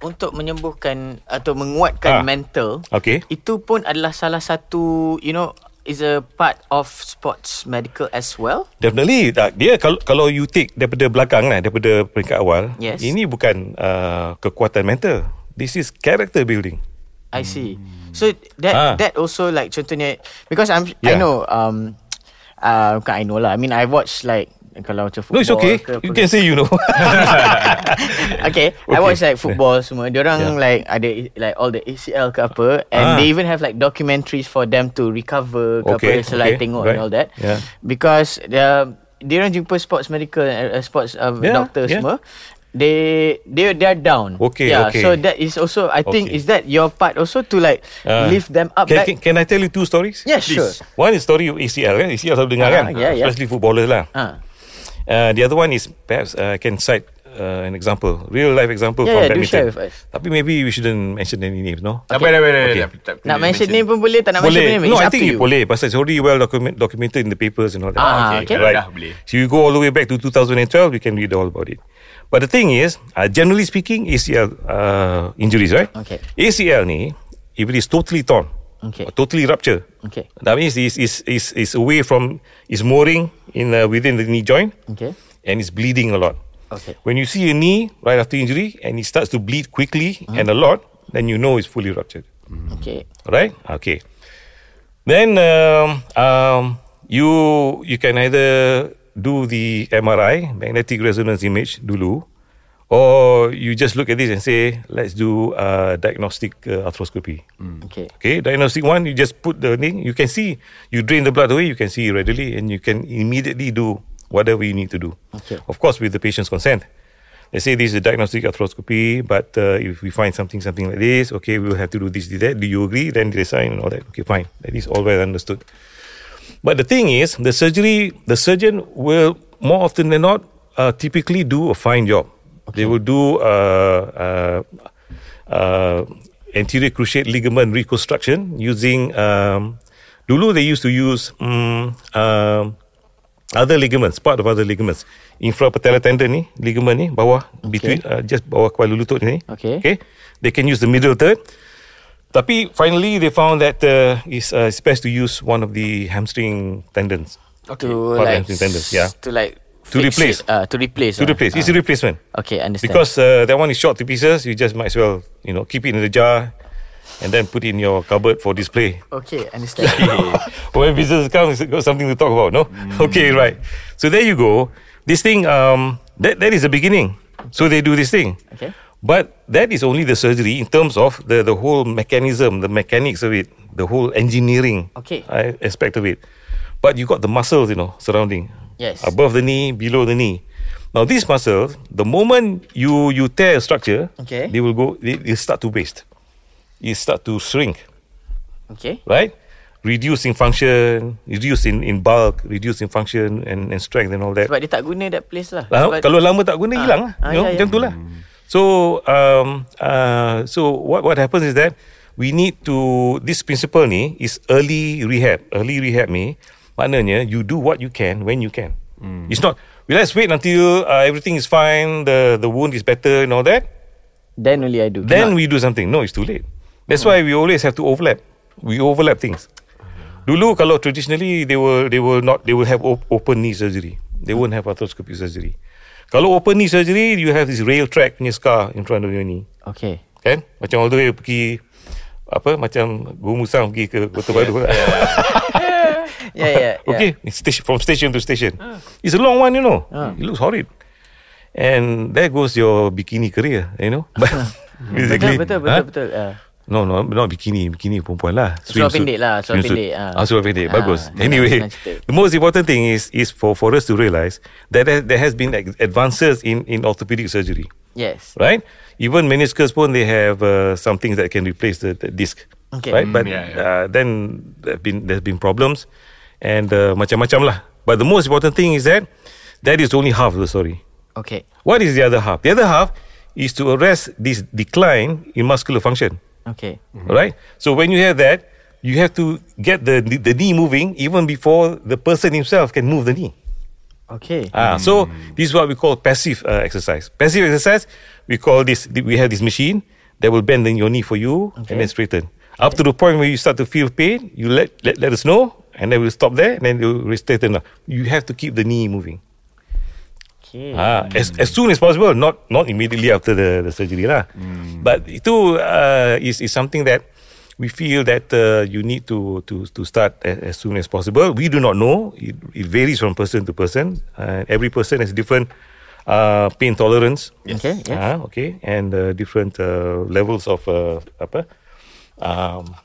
untuk menyembuhkan atau menguatkan
Ah.
mental
Okay.
itu pun adalah salah satu you know
is a part of sports medical as well.
Definitely tak. Dia kalau, kalau you take daripada belakang lah, daripada peringkat awal,
Yes.
ini bukan uh, kekuatan mental. This is character building.
I see. So that
Ah.
that also like contohnya because I'm I
Yeah.
know um uh, bukan I know lah. I mean I watch like kalau macam
No,
football
it's okay.
ke
You
apa
can say you know.
okay, I
Okay.
watch like football semua. Diorang
Yeah.
like ada like all the ACL ke apa and
Ah.
they even have like documentaries for them to recover ke
Okay,
apa selain
okay,
tengok and
right.
all that.
Yeah.
Because uh, diorang jumpa sports medical uh, uh, sports uh,
Yeah,
doctor
yeah.
semua. They they they are down.
Okay,
yeah,
okay.
So that is also I think
Okay.
is that your part also to like
Ah.
lift them up
can,
back.
can, can I tell you two stories?
Yeah, sure.
Please.
One is story ACL kan. ACL selalu dengar
Ah,
kan.
yeah, yeah.
Especially footballers lah.
Ah.
Uh, the other one is perhaps uh, I can cite uh, an example, real life example
Yeah,
from
yeah, do
badminton.
share with us.
Tapi maybe we shouldn't mention any names, no?
Tak payah, tak payah, tak
Okay.
payah, tak payah
Nak mention name pun boleh tak nak mention name.
No,
It's up
I think
to
it boleh pasal it's already well document, documented in the papers and all that.
Ah, okay.
Kalau
Right.
dah boleh.
So you go all the way back to 2012, you can read all about it. But the thing is, uh, generally speaking, ACL uh, injuries, right?
Okay.
ACL ni, if it is totally torn,
Okay.
or totally rupture,
Okay.
that means it's, it's, it's, it's away from, it's mooring in, uh, within the knee joint
Okay.
and it's bleeding a lot.
Okay.
When you see a knee right after injury and it starts to bleed quickly
Mm-hmm.
and a lot, then you know it's fully ruptured.
Okay.
Right? Okay. Then um, um, you you can either do the MRI, magnetic resonance image, dulu, or you just look at this and say, let's do uh, diagnostic uh, arthroscopy.
Okay.
Okay, diagnostic one, you just put the thing. You can see, you drain the blood away, you can see readily, and you can immediately do whatever you need to do.
Okay.
Of course, with the patient's consent. They say this is a diagnostic arthroscopy, but uh, if we find something, something like this, okay, we will have to do this, do that. Do you agree? Then they sign and all that. Okay, fine. That is all well understood. But the thing is, the surgery, the surgeon will more often than not uh, typically do a fine job. They will do uh, uh, uh, anterior cruciate ligament reconstruction using. Um, dulu they used to use um, um, other ligaments, part of other ligaments. Infrapatellar tendon ni, ligament ni bawah between uh, just bawah kepala lutut ni.
Okay.
Okay. They can use the middle third. Tapi finally they found that uh, it's, uh, it's best to use one of the hamstring tendons
to
Part
like
of tendons, yeah.
s- to like
To
fix
replace.
it, uh, to replace
to
ah.
replace. It's
Ah.
a replacement
okay understand
because uh, that one is short to pieces. You just might as well you know keep it in the jar and then put it in your cupboard for display.
okay understand
when business comes, it's got something to talk about, no?
Mm.
Okay, right. So there you go. This thing, um, that that is the beginning. So they do this thing.
Okay.
But that is only the surgery in terms of the, the whole mechanism, the mechanics of it, the whole engineering
Okay.
I- aspect of it. But you got the muscles, you know, surrounding.
Yes.
Above the knee, below the knee. Now these muscles, the moment you you tear a structure,
Okay.
they will go they, they start to waste. You start to shrink
okay
right? Reduce in function, reduce in, in bulk, reduce in function and, and strength and all that.
sebab dia tak guna that place lah
Lah,
Sebab-
kalau lama tak guna
Ah,
hilang lah.
ah,
you know,
yeah,
macam
yeah.
tu lah. So um, uh, so what what happens is that we need to this principle ni is early rehab. Early rehab ni maknanya you do what you can when you can. It's not we let's wait until uh, everything is fine, the the wound is better and all that.
then only I do
Then
Cannot.
we do something. No, it's too late. That's why we always have to overlap. We overlap things.
Mm-hmm.
Dulu kalau traditionally they will they will not they will have op- open knee surgery. They won't have arthroscopy surgery. Kalau open knee surgery, you have this rail track punya scar in front of your knee.
okay
Kan? Macam all the way pergi apa macam Gumusang pergi ke Kota Batu.
yeah yeah, Ah. yeah.
okay, it's station, from station to station. It's a long one, you know.
Ah.
It looks horrid. And there goes your bikini career, you know. But
betul
basically,
Mm-hmm. betul betul
huh?
betul ah.
No, no, not bikini. Bikini perempuan lah.
Seluar
Swimsuit.
pendek lah, seluar
Swimsuit.
pendek, ah.
Ah, seluar pendek.
Ah,
Bagus.
senang-
anyway,
senang cerita.
the most important thing is is for for us to realise that there, there has been like advances in in orthopedic surgery,
yes
right? Even meniscus pun they have uh, some things that can replace the, the disc,
Okay.
right? But
Mm, yeah, yeah.
Uh, then there've been there's been problems and uh, macam-macam lah. But the most important thing is that that is only half of the story.
okay
What is the other half? The other half is to arrest this decline in muscular function.
okay
All right. Mm-hmm. So when you have that, you have to get the the knee moving even before the person himself can move the knee.
okay
Ah, so this is what we call passive uh, exercise. Passive exercise, we call this. We have this machine that will bend in your knee for you
Okay.
and then straighten. Up to the point where you start to feel pain, you let let, let us know. and then we'll stop there and then we'll restate them. You have to keep the knee moving.
Okay.
Ah, as, as soon as possible, not not immediately after the, the surgery lah.
Hmm.
But itu uh, is is something that we feel that uh, you need to to to start as, as soon as possible. We do not know; it, it varies from person to person. Uh, every person has different uh, pain tolerance.
Okay, yes.
Ah, okay, and uh, different uh, levels of uh, apa um,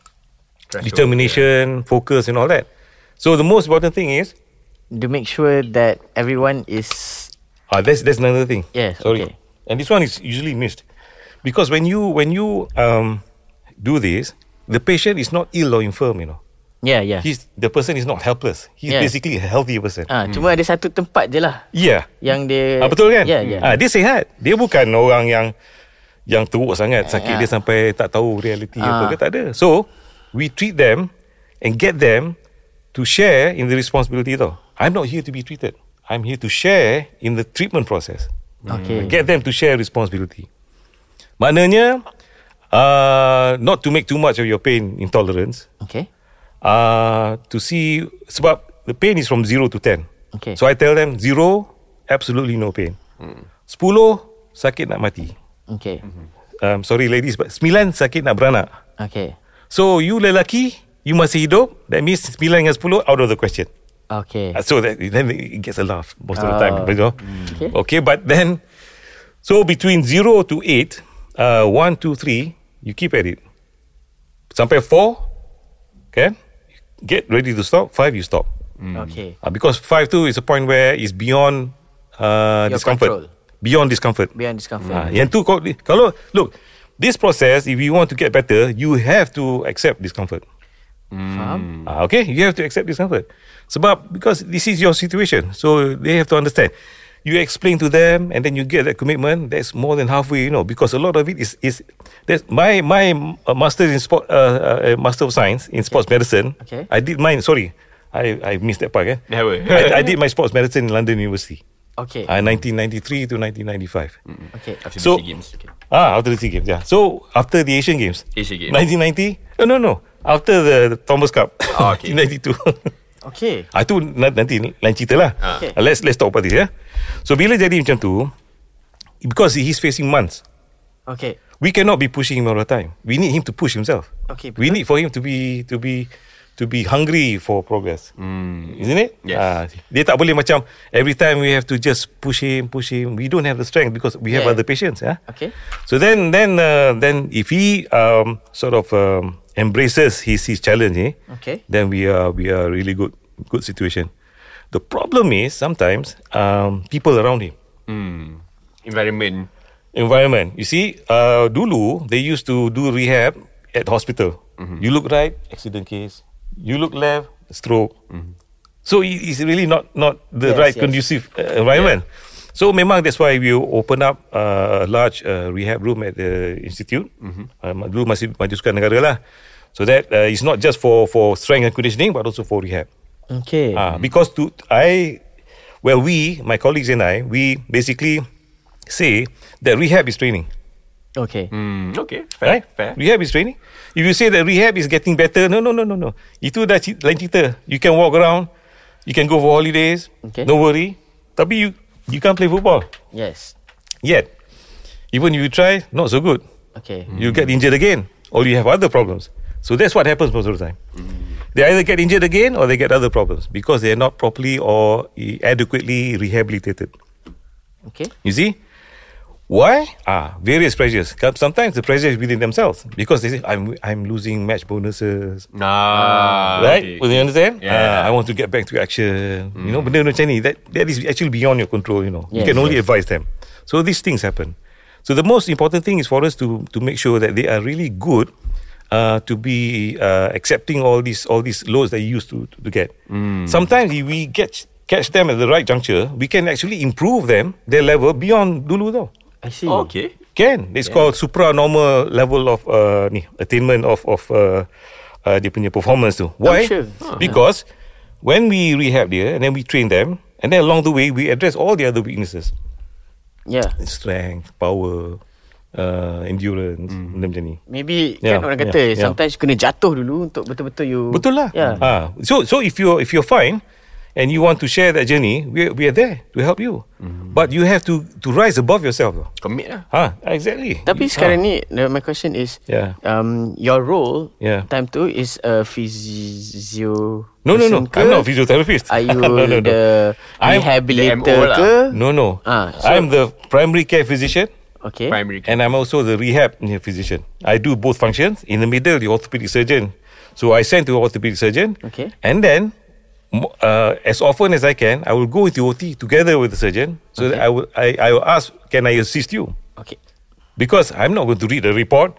determination, focus, and all that. So the most important thing is
To make sure that everyone is
Ah, that's that's another thing.
Yes,
Sorry.
okay.
And this one is usually missed because when you when you um do this, the patient is not ill or infirm. You know,
yeah yeah.
he's the person is not helpless. He's
Yeah.
basically a healthy person.
Ah, cuma ada satu tempat je lah
Yeah.
yang dia
Ah, betul kan?
Yeah yeah.
Ah, dia sihat. Dia bukan orang yang yang teruk sangat sakit
Ya.
dia sampai tak tahu reality
Ah.
apa ke tak ada. So, we treat them and get them to share in the responsibility tau. I'm not here to be treated. I'm here to share in the treatment process.
Okay.
Get them to share responsibility. Maknanya uh, not to make too much of your pain intolerance.
Okay.
Uh, to see sebab the pain is from 0 to 10.
Okay.
So I tell them 0 absolutely no pain. 10 sakit nak mati.
Okay.
Um, sorry ladies but 9 sakit nak beranak.
Okay.
So you lelaki you masih hidup that means 9 dengan 10 out of the question.
Okay.
Uh, So that, then it gets a laugh most of the time,
Ah.
you know.
Okay.
Okay. but then, so between zero to eight, uh, one, two, three, you keep at it. Sampai four, okay, get ready to stop. Five, you stop
Okay.
uh, because five two is a point where it's beyond uh,
Your
discomfort,
control.
beyond discomfort.
Beyond discomfort.
Ah, yang tu kau kalau look this process if you want to get better you have to accept discomfort.
Faham?
Ah, okay, you have to accept discomfort. Sebab because this is your situation, so they have to understand. You explain to them, and then you get that commitment. That's more than halfway, you know, because a lot of it is is that's my my uh, master's in sport, uh, uh, master of science in sports medicine.
Okay.
I did mine. Sorry, I I missed that part. Eh?
Never.
I, I did my sports medicine in London University,
Okay.
Eh.
uh, 1993 to 1995.
Okay.
After
So-
the SEA Games. Okay.
Ah, after the Sea Games, yeah. So after the Asian Games,
Asian Games.
1990. Oh, no, no, after the, the Thomas Cup,
Ah, okay.
1992.
Okay.
Ah tu na- nanti lain cerita lah.
Okay.
Okay. Let's let's talk about this ya. So bila jadi macam tu because he's facing months.
Okay.
We cannot be pushing him all the time. We need him to push himself.
Okay,
We need for him to be to be to be hungry for progress. Mm. Isn't it?
Yes.
Ah, dia tak boleh macam every time we have to just push him, push him. We don't have the strength because we have
Yeah.
other patients, yeah.
Okay.
So then, then, uh, then, if he um, sort of um, embraces his his challenge, eh,
Okay.
then we are we are really good good situation. The problem is sometimes um, people around him,
Hmm. Environment.
environment. You see, uh, dulu they used to do rehab at hospital.
Mm-hmm.
You look right, accident case. You look left, stroke. So it is really not not
Mm-hmm.
the
Yes,
right
yes.
conducive uh, environment. So memang that's why we open up uh, a large uh, rehab room at the institute.
Mm-hmm.
Um, dulu masih Maju Sukan Negara lah. So that uh, it's not just for for strength and conditioning but also for rehab.
Okay.
Ah, because to I, well, we, my colleagues and I, we basically say that rehab is training,
Okay.
Hmm. Okay. Fair.
right?
Fair.
Rehab is training. If you say that rehab is getting better, no, no, no, no, no. Itu dah ci- lain cerita. You can walk around, you can go for holidays,
Okay.
no worry. Tapi you you can't play football
Yes.
yet. Even if you try, not so good.
Okay.
You get
Hmm.
injured again, or you have other problems. So that's what happens most of the time.
Hmm.
They either get injured again or they get other problems because they are not properly or i- adequately rehabilitated.
Okay.
You see? Why? Ah, various pressures. Com- Sometimes the pressure is within themselves because they say, I'm, I'm losing match bonuses.
Nah.
Ah.
Ah,
right?
okay.
Well, you understand?
Yeah. Mm.
Ah, I want to get back to action. You know, benda macam ni. That, that is actually beyond your control, you know. you
Yes,
can only advise them. So these things happen. So the most important thing is for us to to make sure that they are really good uh, to be uh, accepting all these all these loads that you used to to get.
Mm.
Sometimes if we get catch them at the right juncture, we can actually improve them their level beyond dulu though.
I see.
Oh, okay.
Can it's called supranormal level of uh, ni attainment of of uh, uh, dia punya performance tu. Why? Ah.
sure.
Because when we rehab dia and then we train them and then along the way we address all the other weaknesses,
Yeah.
strength, power, uh, endurance
Mm.
benda macam ni.
Maybe yeah,
Yeah,
kan orang
yeah,
kata
yeah.
yeah, sometimes kena jatuh dulu untuk betul-betul you
Betul lah.
Yeah.
Ah, so so if you if you're fine and you want to share that journey, we we are there to help you.
Mm.
But you have to to rise above yourself. though.
Commit lah
Ah, exactly.
Tapi
Ah,
sekarang ni the- my question is
Yeah.
um your role
Yeah.
time tu is a physio
No no
person
no.
ke?
I'm not a physiotherapist.
Are you
no, no, no.
the
I'm
rehabilitator
the MO lah.
ke?
No no.
Ah, so-
I'm the primary care physician
Okay.
Primary care
and I'm also the rehab physician. I do both functions. In the middle, the orthopedic surgeon. So I send to orthopedic surgeon.
Okay.
And then, mo- uh, as often as I can, I will go with the OT together with the surgeon. So that I will I, I will ask, can I assist you?
Okay.
Because I'm not going to read a report,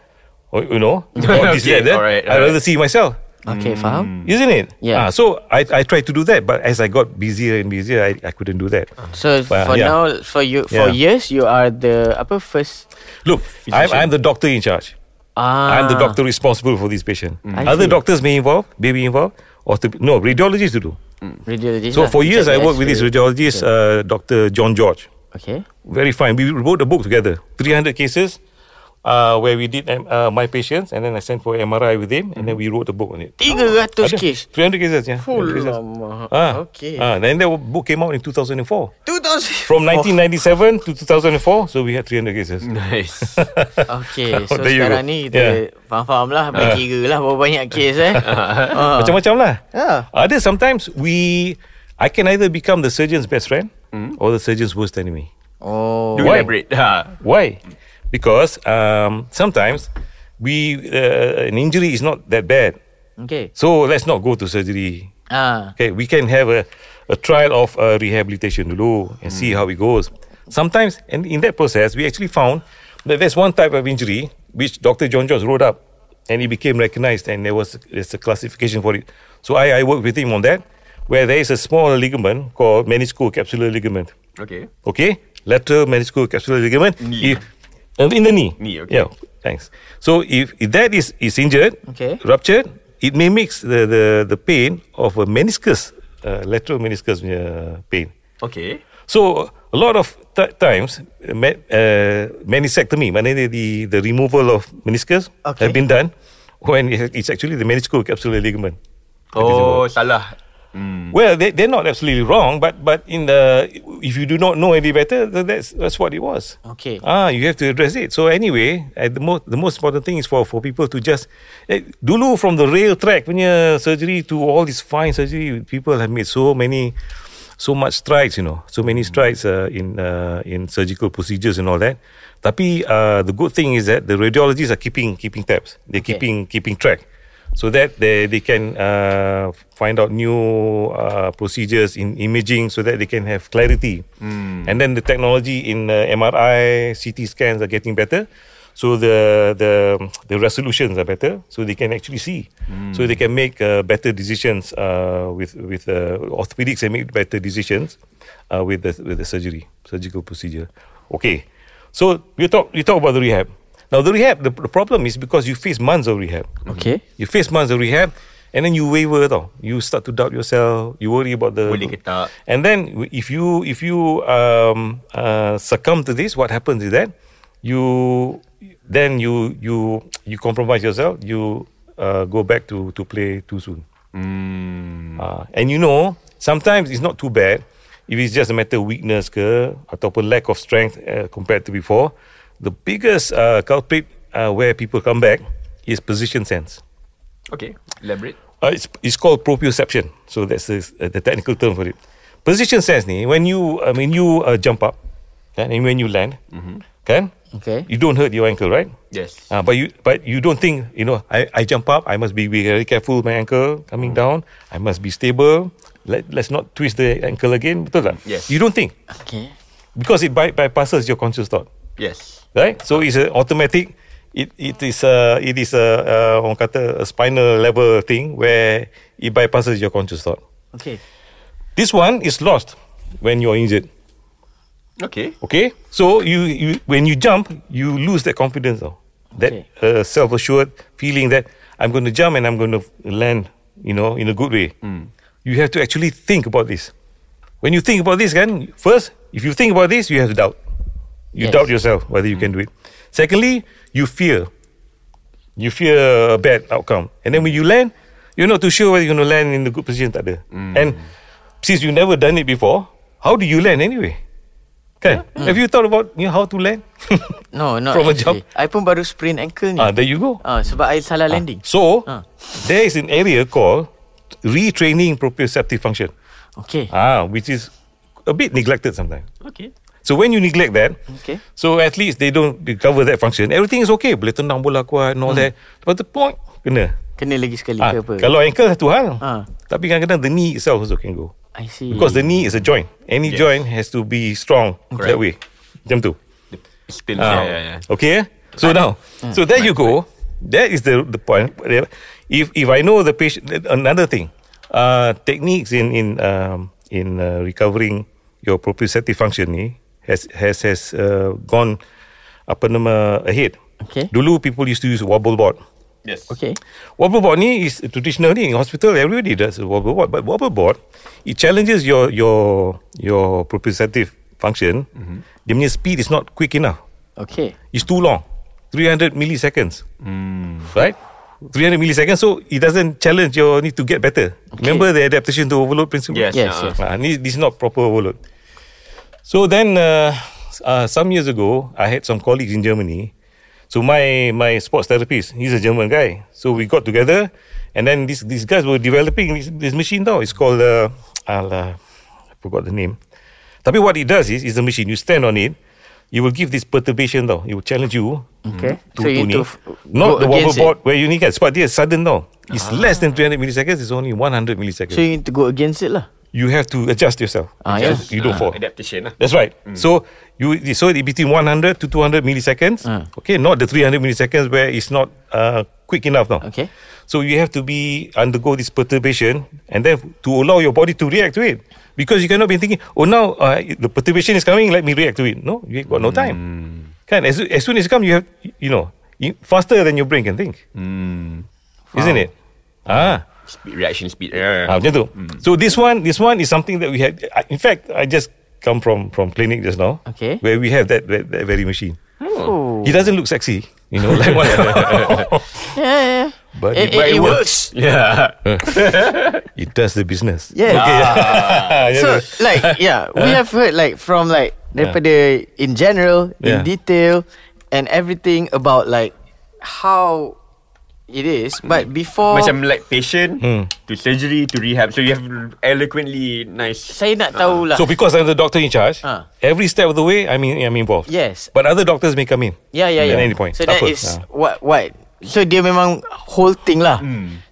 or you know, or this,
Okay,
that, that.
alright,
I'd
alright.
rather see myself.
Okay,
Mm.
faham?
Isn't it?
Yeah.
Ah, so I, I tried to do that, but as I got busier and busier, I, I couldn't do that.
So
But,
for
yeah.
now for you for
Yeah.
years you are the apa first
Look, I'm, I'm the doctor in charge.
ah Mm.
I'm the doctor responsible for this patient.
I
Other
see.
doctors may involve, may be involved, or to, no radiologists to do.
radiologist.
So
lah.
for years, I
Check
worked with this
X-ray.
radiologist, uh, Doctor John George.
Okay.
Very fine. We wrote a book together, 300 cases, uh, where we did um, uh, my patients, and then I sent for MRI with him, and then we wrote a book on it.
300
Ada.
kes.
300 cases, yeah. 300 cases.
Alamak.
Ah,
Okay. Oh.
Ah, then the book came out in 2004.
2000
From 1997 to 2004, so we had 300 cases. Oh,
Nice
Mm. Okay, so
There you
sekarang
go.
ni kita
Yeah. Ah.
faham-faham lah, boleh kira lah berapa banyak kes eh. Ah.
Macam-macam lah.
Yeah.
Ada sometimes we, I can either become the surgeon's best friend
Hmm.
or the surgeon's worst enemy.
Oh,
Do
Why?
elaborate Ah, ha.
Why? Because um, sometimes we uh, an injury is not that bad,
okay.
so let's not go to surgery.
Ah,
Okay, we can have a, a trial of uh, rehabilitation dulu and see how it goes. Sometimes, and in that process, we actually found that there's one type of injury which Dr. John Jones wrote up, and it became recognized, and there was there's a classification for it. So I, I worked with him on that, where there is a small ligament called meniscocapsular ligament.
Okay
Okay, lateral meniscocapsular ligament.
Knee.
If and uh, in the knee.
Knee, okay.
Yeah. Thanks. So if, if that is is injured,
Okay.
ruptured, it mimics the the the pain of a meniscus, uh, lateral meniscus uh, pain.
Okay
So a lot of t- times, uh, me- uh, meniscectomy, maknanya the the removal of meniscus,
Okay.
have been done when it- it's actually the meniscocapsular ligament.
Oh salah Hmm.
Well, they, they're not absolutely wrong, but but in the if you do not know any better, then that's that's what it
Oh.
was.
Okay.
Ah, you have to address it. So anyway, uh, the most the most important thing is for for people to just eh, dulu from the rail track punya surgery to all this fine surgery, people have made so many so much strides, you know, so many strides uh, in uh, in surgical procedures and all that. Tapi uh, the good thing is that the radiologists are keeping keeping tabs. They're
Okay.
keeping keeping track. So that they, they can uh, find out new uh, procedures in imaging so that they can have clarity. And then the technology in uh, MRI, CT scans are getting better. So the, the, the resolutions are better. So they can actually see. So they can make uh, better decisions uh, with, with uh, orthopedics and make better decisions uh, with, the, with the surgery, surgical procedure. Okay. So you talk, you talk about the rehab. Now the rehab, the, the problem is because you face months of rehab.
okay.
You face months of rehab and then you waver tau. You start to doubt yourself. You worry about the
Boleh ke tak?
And then w- if you if you um, uh, succumb to this, what happens is that you then you you you compromise yourself. You uh, go back to to play too soon.
Mm, Hmm.
Uh, and you know, sometimes it's not too bad if it's just a matter of weakness ke ataupun lack of strength uh, compared to before. The biggest uh, culprit uh, where people come back is position sense.
Okay Elaborate
Uh, it's, it's called proprioception. So that's the, uh, the technical term for it. Position sense ni, when you, I mean, you uh, jump up, kan, and when you land, kan,
Okay.
you don't hurt your ankle, right?
Yes
Uh, but you but you don't think you know I, I jump up I must be, be very careful with my ankle coming down I must be stable let let's not twist the ankle again betul tak
Yes.
you don't think
Okay.
because it by, bypasses your conscious thought
Yes
right so it's an automatic it it is a it is a uh, orang kata a spinal level thing where it bypasses your conscious thought
Okay.
this one is lost when you're injured
Okay
Okay, so you, you when you jump, you lose that confidence, though. that
Okay.
uh, self-assured feeling that I'm going to jump and I'm going to land, you know, in a good way.
Hmm.
You have to actually think about this. When you think about this, can first, if you think about this, you have to doubt. You
Yes. Hmm.
doubt yourself whether you can do it. Secondly, you fear. You fear a bad outcome. And then when you land, you're not too sure whether you're going to land in the good position tak ada.
Hmm.
And since you never done it before, how do you land anyway? Kan? Have you thought about you know, how to land?
Hmm. No, not
From a
actually. I pun baru sprain ankle ni.
ah, there you go.
Ah, sebab I salah landing.
So,
Ah.
there is an area called retraining proprioceptive function.
Okay.
Ah, which is a bit neglected sometimes.
Okay.
So when you neglect that,
Okay.
so at least they don't recover that function. Everything is okay. Boleh tendang bola kuat and all that. But the point, kena.
Kena lagi sekali
Ah,
ke Hmm. apa?
kalau ankle satu hal.
Ah.
Tapi kadang-kadang the knee itself also can go.
I see.
Because the knee is a joint. Any joint has to be strong that way. Macam tu.
Still,
Ah.
yeah, yeah, yeah. Mm.
Okay. eh? So now, so there you go. That is the the point. If if I know the patient, another thing, uh, techniques in in um, in uh, recovering your proprioceptive function ni has has has uh, gone apa nama ahead.
Okay.
Dulu people used to use wobble board.
Yes.
Okay.
Wobble board ni is traditional ni in hospital everybody does wobble board but wobble board it challenges your your your proprioceptive function. Dia punya speed is not quick enough.
Okay.
It's too long. 300 milliseconds. Right? 300 milliseconds. So it doesn't challenge your need to get better. Remember the adaptation to overload principle?
Yes.
Yes,
uh-uh.
yes.
Ah, ni- this is not proper overload. So then, uh, uh, some years ago, I had some colleagues in Germany. So my my sports therapist, he's a German guy. So we got together, and then these these guys were developing this, this machine now. It's called uh, I'll, uh, I forgot the name. Tapi what it does is, is the machine. You stand on it, you will give this perturbation now. It will challenge you.
Okay.
To,
so
to
you
ni.
need to f- go
Not the wobble
against
board where you need to But this sudden now. It's less than 300 milliseconds. It's only 100
It.
milliseconds.
So you need to go against it lah.
you have to adjust yourself.
Ah,
So
yes.
You don't fall.
Adaptation lah.
That's right. So you so it between 100 to 200 milliseconds.
Ah.
Okay, not the 300 milliseconds where it's not uh, quick enough now.
Okay.
So you have to be undergo this perturbation and then to allow your body to react to it because you cannot be thinking, oh now uh, the perturbation is coming, let me react to it. No, you got no time.
Hmm.
Can as, as soon as it comes, you have you know you- faster than your brain can think,
Hmm.
isn't it? Ah.
Speed, reaction speed. Yeah.
Ah, macam tu. So this one, this one is something that we had. I- In fact, I just come from from clinic just now,
Okay.
where we have that that, that very machine.
Oh.
He doesn't look sexy, you know, like one.
Yeah, yeah.
but
It,
it, Eh.
it, it
it
works.
yeah.
it does the business.
Yeah.
Okay.
So like yeah, we have heard like from like daripada in general, in
Yeah.
detail, and everything about like how it is. But before
Macam like patient
Hmm.
to surgery to rehab. So you have eloquently nice.
saya nak tahu lah.
so because I'm the doctor in charge,
Ah.
every step of the way, I mean, I'm involved.
Yes.
But other doctors may come in.
Yeah, yeah, yeah.
At any point.
Ya, So
Tak
that
apa. Ah.
is what what. So dia memang whole thing lah.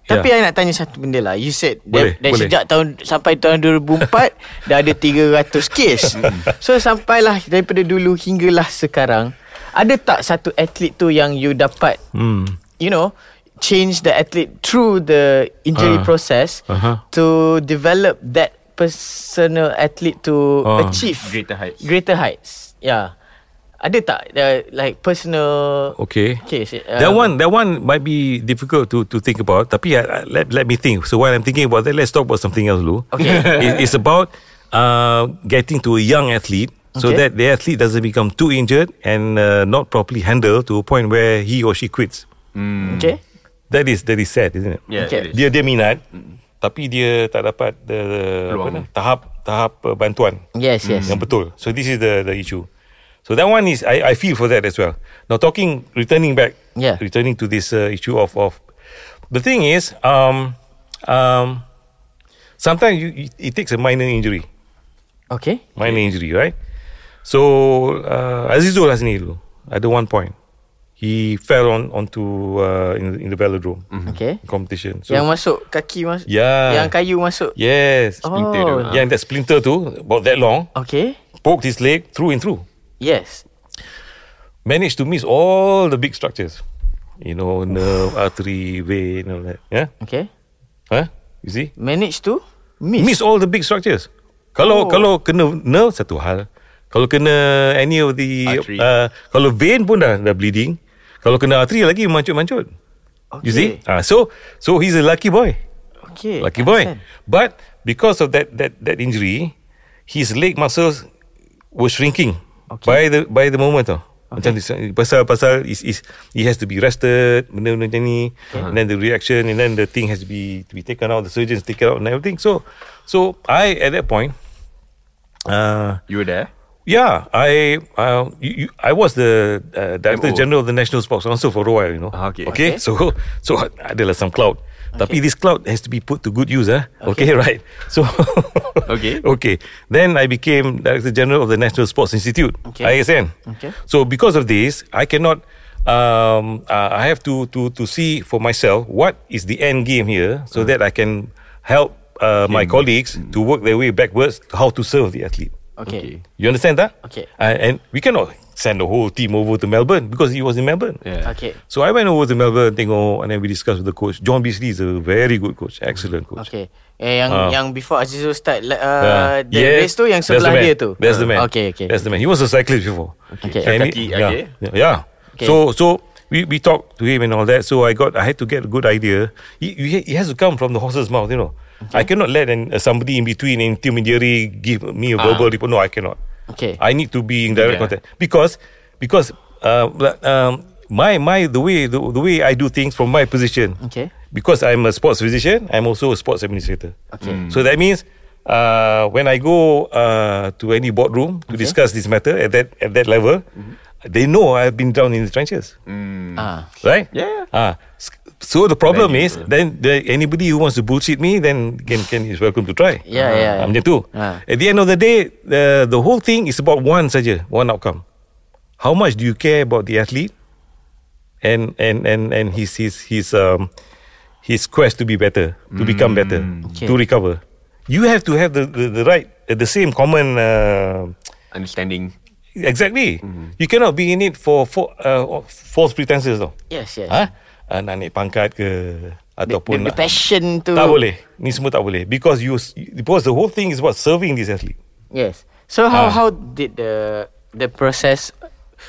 Tapi
Yeah.
I nak tanya satu benda lah. You said
Hmm.
that,
Boleh,
that
boleh.
sejak tahun sampai tahun 2004 dah ada 300 kes.
Hmm.
so sampailah daripada dulu hinggalah sekarang ada tak satu atlet tu yang you dapat
Hmm.
you know change the athlete through the injury
Ah.
process
Uh-huh.
to develop that personal athlete to
Ah.
achieve
Greater heights.
greater heights yeah ada tak uh, like personal
Okay.
case uh,
that one, that one might be difficult to to think about. Tapi I, I, let let me think. So while I'm thinking about that, let's talk about something else, Lou.
Okay.
it, it's about uh, getting to a young athlete so
Okay.
that the athlete doesn't become too injured and uh, not properly handled to a point where he or she quits.
okay
That is that is sad, isn't it?
Yeah,
Okay.
it is.
Dia dia minat, tapi dia tak dapat the apa
Peluang.
ni, tahap tahap uh, bantuan
yes yes
yang betul. So this is the the issue. So that one is I I feel for that as well. Now talking returning back,
Yeah.
returning to this uh, issue of of the thing is um um sometimes you it, it takes a minor injury,
okay
minor injury, right? So uh, Azizul Hasni dulu at the one point he fell on onto uh, in, in the velodrome
Mm-hmm. okay
competition. So Ya.
yang masuk kaki masuk
Yeah.
yang kayu masuk
yes,
Splinter tu.
oh
yeah, and that splinter too about that long
okay
poked his leg through and through.
yes
managed to miss all the big structures. You know, nerve, artery, vein, all that. Yeah?
okay
Huh? You see?
manage to miss,
Miss all the big structures.
Oh.
Kalau kalau kena nerve satu hal. Kalau kena any of the
Artery.
Uh, kalau vein pun dah dah bleeding. Kalau kena artery lagi mancut-mancut.
okay.
You see? Ah, so so he's a lucky boy.
okay
Lucky boy.
understand.
But because of that that that injury, his leg muscles were shrinking
Okay.
by the by the moment. tau. Macam dis- pasal pasal is is it has to be rested benda-benda macam ni uh-huh. and then the reaction and then the thing has to be to be taken out the surgeons take it out and everything so so I at that point uh
You were there?
yeah I uh, you, you, I was the uh,
MO.
director general of the national sports council for a while you know
Oh. Ah, okay.
okay, so so adalah some cloud tapi this cloud has to be put to good use eh okay, right so
Okay.
okay then I became director general of the National Sports Institute
Okay.
ISN
Okay.
so because of this, I cannot. Um, uh, I have to to to see for myself what is the end game here, so that I can help uh, my colleagues to work their way backwards how to serve the athlete.
Okay.
You understand that?
Okay.
Uh, and we cannot send the whole team over to Melbourne because he was in Melbourne.
Yeah.
Okay.
So I went over to Melbourne, tengok, and then we discussed with the coach. John Beasley is a very good coach, excellent coach.
Okay. Eh, yang
Ah.
yang before Azizul start like, uh,
Ah,
the
yes,
race tu yang
that's the
sebelah
man.
dia tu.
That's the man.
Uh, Okay, okay.
That's the man. He was a cyclist before.
Okay.
And
Kaki,
he- yeah,
okay.
yeah. yeah.
Okay.
So so we we talked to him and all that. So I got I had to get a good idea. He he, he has to come from the horse's mouth, you know. I cannot let an, uh, somebody in between an intermediary give me a
Ah.
verbal report. No, I cannot.
Okay.
I need to be in direct
Yeah.
contact because because uh, like, um, my my the way the, the way I do things from my position.
Okay.
Because I'm a sports physician, I'm also a sports administrator. Okay. So that means uh, when I go uh, to any boardroom to discuss this matter at that at that level, they know I've been down in the trenches,
Ah.
right?
Yeah.
Ah, s- so the problem
Value,
is then the, anybody who wants to bullshit me then can can is welcome to try.
Yeah, yeah,
Ah,
yeah.
Macam tu.
Ah.
At the end of the day, the the whole thing is about one saja, one outcome. How much do you care about the athlete and and and and his his his um his quest to be better, to become better,
Mm. Okay.
to recover. You have to have the the, the right uh, the same common uh,
Understanding.
exactly.
Mm.
You cannot be in it for for uh, false pretenses though.
Yes, yes.
Ha? Uh, nak naik pangkat ke
Eh? The,
ataupun
the, the
nak-
passion tu.
tak boleh. Ni semua tak boleh because you because the whole thing is about serving this athlete.
Yes. So how
Ah.
how did the the process?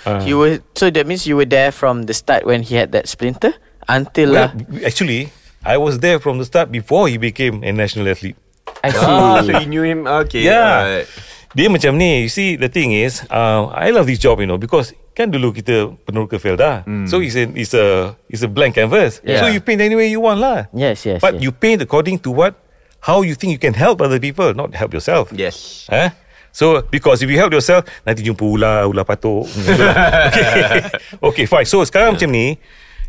Ah.
You were so that means you were there from the start when he had that splinter until
Well,
uh,
b- actually, I was there from the start before he became a national athlete.
uh, I see.
Ah, so you knew him. Okay.
Yeah.
alright.
Dia macam ni, you see the thing is, uh, I love this job you know because kan dulu kita peneroka Felda. ah. So it's a it's a it's a blank canvas.
Yeah.
So you paint any way you want lah.
Yes, yes.
But
yes.
you paint according to what how you think you can help other people, not help yourself.
Yes.
Huh? Eh? So because if you help yourself Nanti jumpa ular Ular patok okay. okay fine So sekarang yeah. macam ni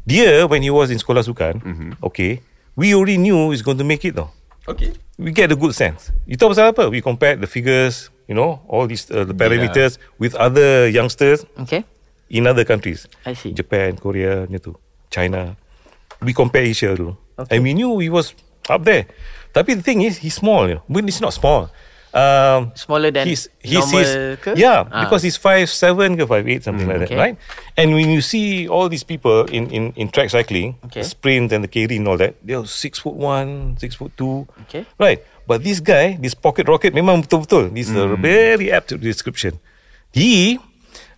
Dia when he was in sekolah sukan mm-hmm. Okay We already knew He's going to make it tau
Okay.
We get a good sense You tahu pasal apa We compare the figures You know All these uh, the parameters yeah. With other youngsters
okay.
In other countries
I see.
Japan Korea macam tu China We compare Asia dulu okay. And we knew He was up there Tapi the thing is He's small you know. But it's not small um,
Smaller than
he's, he's,
normal
he's,
ke?
Yeah,
Ah. Mm,
because he's five seven ke five eight something like that,
okay.
right? And when you see all these people in in, in track cycling,
Okay.
sprint and the KD and all that, they're six foot one, six foot two,
Okay.
right? But this guy, this pocket rocket, memang betul-betul. This is a
Mm.
very apt description. He,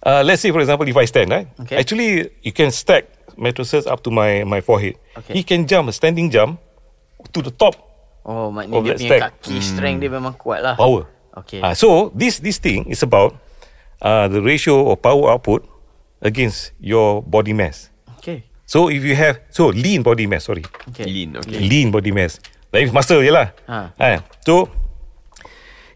uh, let's say for example, if I stand, right?
Okay.
Actually, you can stack mattresses up to my my forehead.
Okay.
He can jump a standing jump to the top
Oh,
Of
maknanya dia
that
punya
stack. Hmm.
kaki strength dia memang kuat lah.
power.
Okay.
Ah, so this this thing is about uh, the ratio of power output against your body mass.
Okay.
So if you have so lean body mass, sorry,
Okay.
Lean. Okay.
lean body mass. That is muscle je lah.
Ah.
Ah, so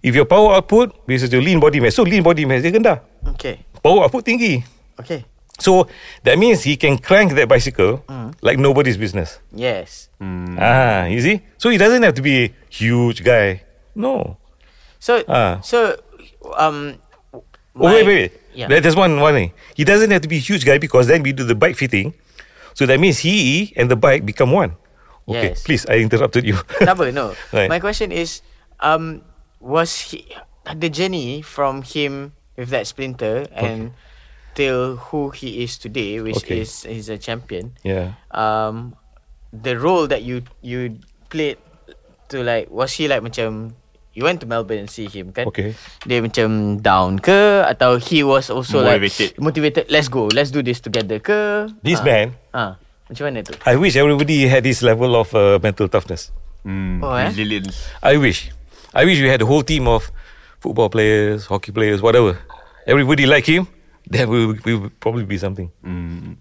if your power output versus your lean body mass, so lean body mass dia rendah,
Okay.
power output tinggi.
Okay.
So that means he can crank that bicycle
Hmm.
like nobody's business.
Yes.
Ah, you see? So he doesn't have to be a huge guy. No.
So
Ah.
so um.
Oh,
my-
wait, wait, wait.
Yeah.
There- There's one, one thing. He doesn't have to be a huge guy because then we do the bike fitting. So that means he and the bike become one. Okay,
Yes.
please, I interrupted you.
tak apa, no.
Right.
My question is, um, was he the journey from him with that splinter and till who he is today, which
Okay.
is he's a champion.
Yeah.
Um, the role that you you played to like was he like macam you went to Melbourne and see him kan?
Okay.
Dia macam down ke atau he was also
Motivated.
like motivated. Let's go, let's do this together ke?
This
Ah,
man,
Ah, macam mana tu?
I wish everybody had this level of uh, mental toughness.
Mm.
Oh, eh?
Resilience.
I wish. I wish we had a whole team of football players, hockey players, whatever. Everybody like him, there will, will probably be something.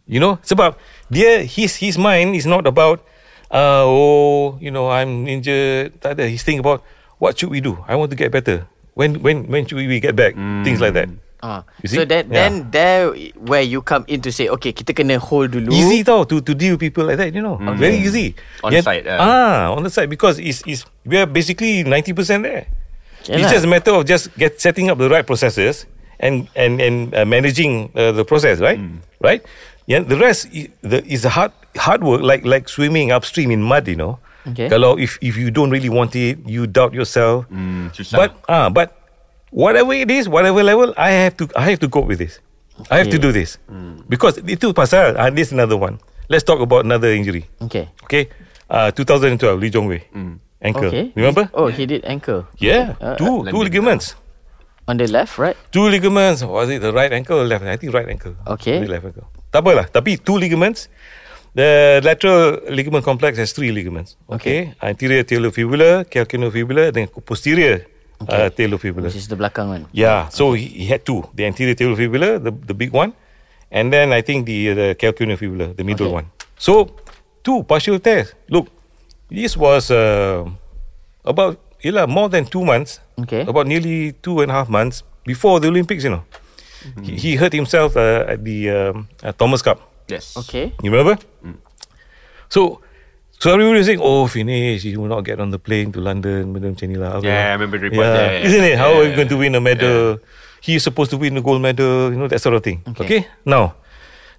You know, sebab dia his his mind is not about uh, oh you know I'm injured. Tak ada. He's thinking about what should we do? I want to get better. When when when should we get back? Things like that.
Ah,
You see?
so that
Yeah.
then there where you come in to say, okay, kita kena hold dulu.
Easy tau to to deal with people like that, you know. Very easy.
Hmm. On
Yet-
site, ah.
Ah, on the side because it's it's we are basically 90% there.
Yeah
it's
lah.
just a matter of just get setting up the right processes and and and uh, managing uh, the process, right?
Hmm.
Right? Yeah, the rest i- the, is the hard hard work like like swimming upstream in mud, you know.
Okay.
Kalau if if you don't really want it, you doubt yourself.
Hmm, susah.
But ah, but whatever it is, whatever level, I have to I have to cope with this. I have to do this because itu pasal. And this is another one. Let's talk about another injury.
Okay.
Okay, uh, 2012 Lee Jong Wei ankle.
Okay.
Remember?
Oh, he did ankle
Yeah,
Uh,
two two
London.
ligaments.
on the left, right?
Two ligaments. Was it the right ankle or left? I think right ankle.
Okay.
Maybe left ankle. Tak apalah. Tapi two ligaments. The lateral ligament complex has three ligaments. Okay. Anterior talofibular, calcaneofibular, then posterior uh, talofibular.
Which is the belakang one.
Yeah, so he, he had two: the anterior talofibular, the the big one, and then I think the the calcaneofibular, the middle
Okay.
one. So two partial tears. Look, this was uh, about yeah, more than two months.
Okay.
About nearly two and a half months before the Olympics, you know, he, he hurt himself uh, at the um, uh, Thomas Cup.
Yes.
Okay.
You remember? So, so everybody was saying, "Oh, finish! He will not get on the plane to London." Benda macam ni lah. Apa
Yeah,
lah.
I remember the report. Yeah, yeah,
Isn't it? How are you
yeah.
going to win a medal? He is supposed to win the gold medal. You know that sort of thing.
Okay.
Okay. Now,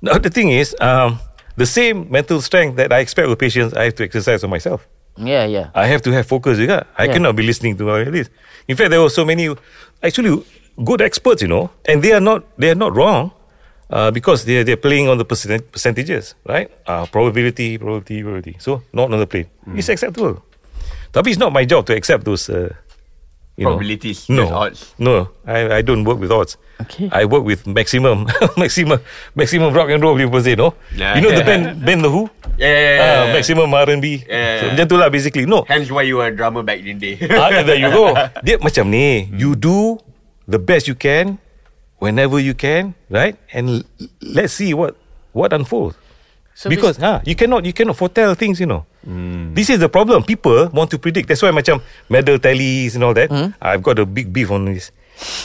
now the thing is, um, the same mental strength that I expect of patients, I have to exercise on myself.
Yeah, yeah.
I have to have focus juga. I
Yeah.
cannot be listening to all this. In fact, there were so many actually good experts, you know, and they are not they are not wrong uh, because they they're playing on the percent, percentages, right? Uh, probability, probability, probability. So not on the plane.
Mm.
It's acceptable. Tapi it's not my job to accept those uh, you know.
Probabilities, those
No,
odds.
no, I, I don't work with odds.
Okay.
I work with maximum, maximum, maximum rock and roll. People say no.
Yeah.
You know the band, band the Who.
Yeah, yeah, yeah,
Ah,
yeah.
maximum R&B.
Yeah.
So, macam tu lah basically. No,
Hence why you were a drummer back in the day.
ah, there you go. Dia macam ni. You do the best you can, whenever you can, right? And l- let's see what what unfolds.
So
because ah, you cannot you cannot foretell things, you know.
Hmm.
This is the problem. People want to predict. That's why macam medal tallies and all that.
Hmm?
I've got a big beef on this.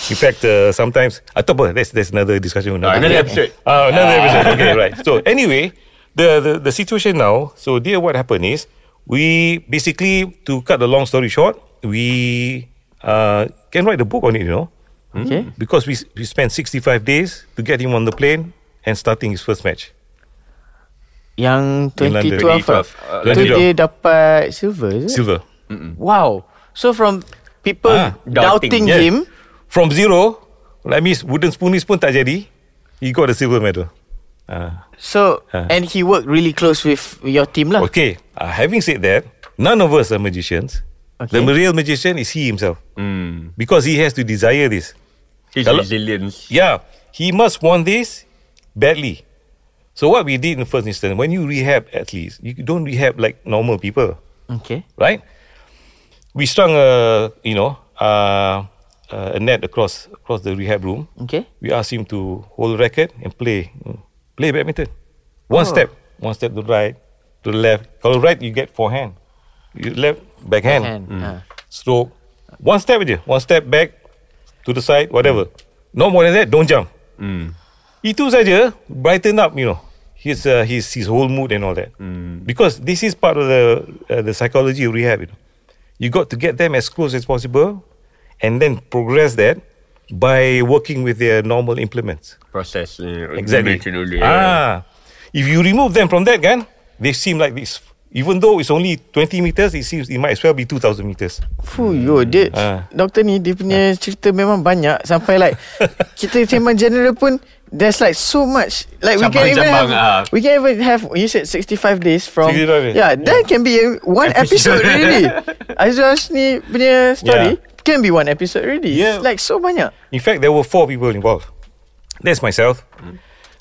In fact, uh, sometimes atau apa? That's that's another discussion.
Ah,
another
another
day.
episode.
Ah, another episode. Okay, right. So anyway, the, the the situation now. So dear, what happened is we basically to cut the long story short, we uh, can write a book on it. You know, Hmm?
Okay.
because we we spent 65 days to get him on the plane and starting his first match.
Yang
In London.
2012 lah.
2012,
uh,
Tu dia
2012.
dapat silver is it?
Silver
Wow. So from people
Ah,
doubting,
doubting,
yeah.
him,
from zero. That means wooden spoonies pun tak jadi. He got a silver medal. Ah.
so
Ah.
and he worked really close with your team lah.
Okay, uh, having said that, none of us are magicians.
Okay.
The real magician is he himself
Hmm.
because he has to desire this.
His
Kalau-
resilience.
Yeah, he must want this badly. So what we did in the first instance, when you rehab athletes, you don't rehab like normal people,
Okay.
right? We strung a you know uh, a net across across the rehab room.
Okay.
We asked him to hold a racket and play play badminton.
Oh.
One step, one step to the right, to the left. Kalau right you get forehand, you left backhand,
And ah.
stroke. One step aja, one step back to the side, whatever. No more than that. Don't jump. Itu saja brighten up, you know, his uh, his his whole mood and all that. Because this is part of the uh, the psychology of rehab. You know, you got to get them as close as possible, and then progress that by working with their normal implements.
Process. Uh,
Exactly.
conventional way.
Ah, if you remove them from that gun, they seem like this. Even though it's only 20 meters, it seems it might as well be 2,000 meters.
Fuh, yo, dia,
Ah.
doktor ni dia punya cerita memang banyak sampai like kita memang general pun there's like so much like we can even have
Cabang-cabang, ah.
we can even have you said 65 days from
65 days.
yeah that can be a- one episode
Episode.
really Azra ni punya story can be one episode really It's
Yeah.
like so banyak
In fact, there were four people involved. That's myself.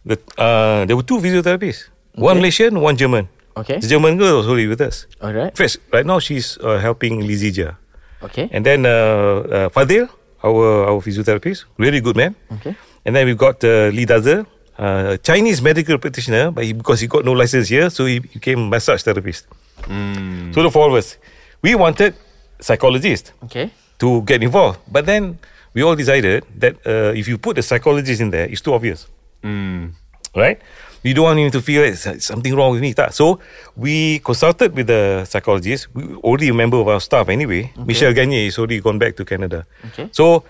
The, uh, there were two physiotherapists. One Malaysian, one German.
Okay.
The German girl was already with us.
alright
First, right now she's uh, helping Lizija.
okay
And then uh, uh, Fadil, our our physiotherapist, really good man.
Okay.
And then we've got uh, Lee Dazer, uh, a Chinese medical practitioner, but he, because he got no license here, so he became massage therapist.
Hmm.
So the four of us, we wanted psychologist
Okay.
to get involved, but then we all decided that uh, if you put the psychologist in there, it's too obvious,
Hmm.
right? You don't want him to feel it's it's something wrong with me. tak? So we consulted with the psychologist. We already a member of our staff anyway. Michel Gagne is already gone back to Canada.
Okay.
So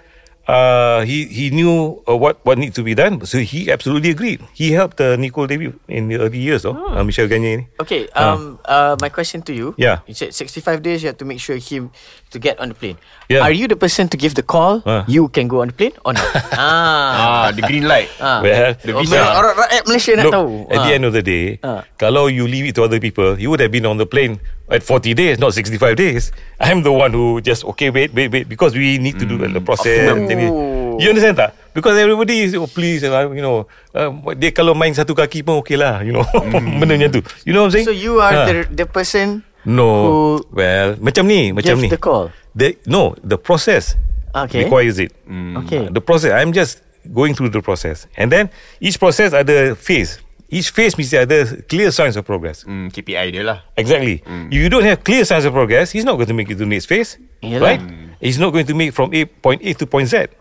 uh, he he knew uh, what what needs to be done. So he absolutely agreed. He helped uh, Nicole debut in the early years, oh, uh, Michel Gagne. ni.
Okay. Um. Uh. My question to you.
Ah. Yeah.
You said sixty-five days. You have to make sure him to get on the plane.
Yeah.
Are you the person to give the call?
Ah.
You can go on the plane or not? ah.
Ah, the green light.
Ah.
Well,
The
Oh,
visa.
orang rakyat Malaysia nak
Look,
tahu.
at the
Ah.
end of the day,
Ah.
kalau you leave it to other people, you would have been on the plane at 40 days, not 65 days. I'm the one who just, okay, wait, wait, wait, because we need to do the process.
Optimum.
Jadi,
Ooh.
You understand tak? Because everybody is, oh please, and I, you know, um, dia kalau main satu kaki pun okay lah, you know, benda macam tu. You know what I'm saying?
So you are
Ah.
the the person
No.
who
well, macam ni, macam
gives
ni.
the call.
The, no, the process
Okay.
requires it.
Okay.
Hmm. Ah, The process. I'm just going through the process. And then each process ada phase. Each phase means ada clear signs of progress.
Hmm, KPI dia lah.
Exactly. If you don't have clear signs of progress, he's not going to make it to next phase.
Yalah.
Right? He's not going to make from A point A to point Z.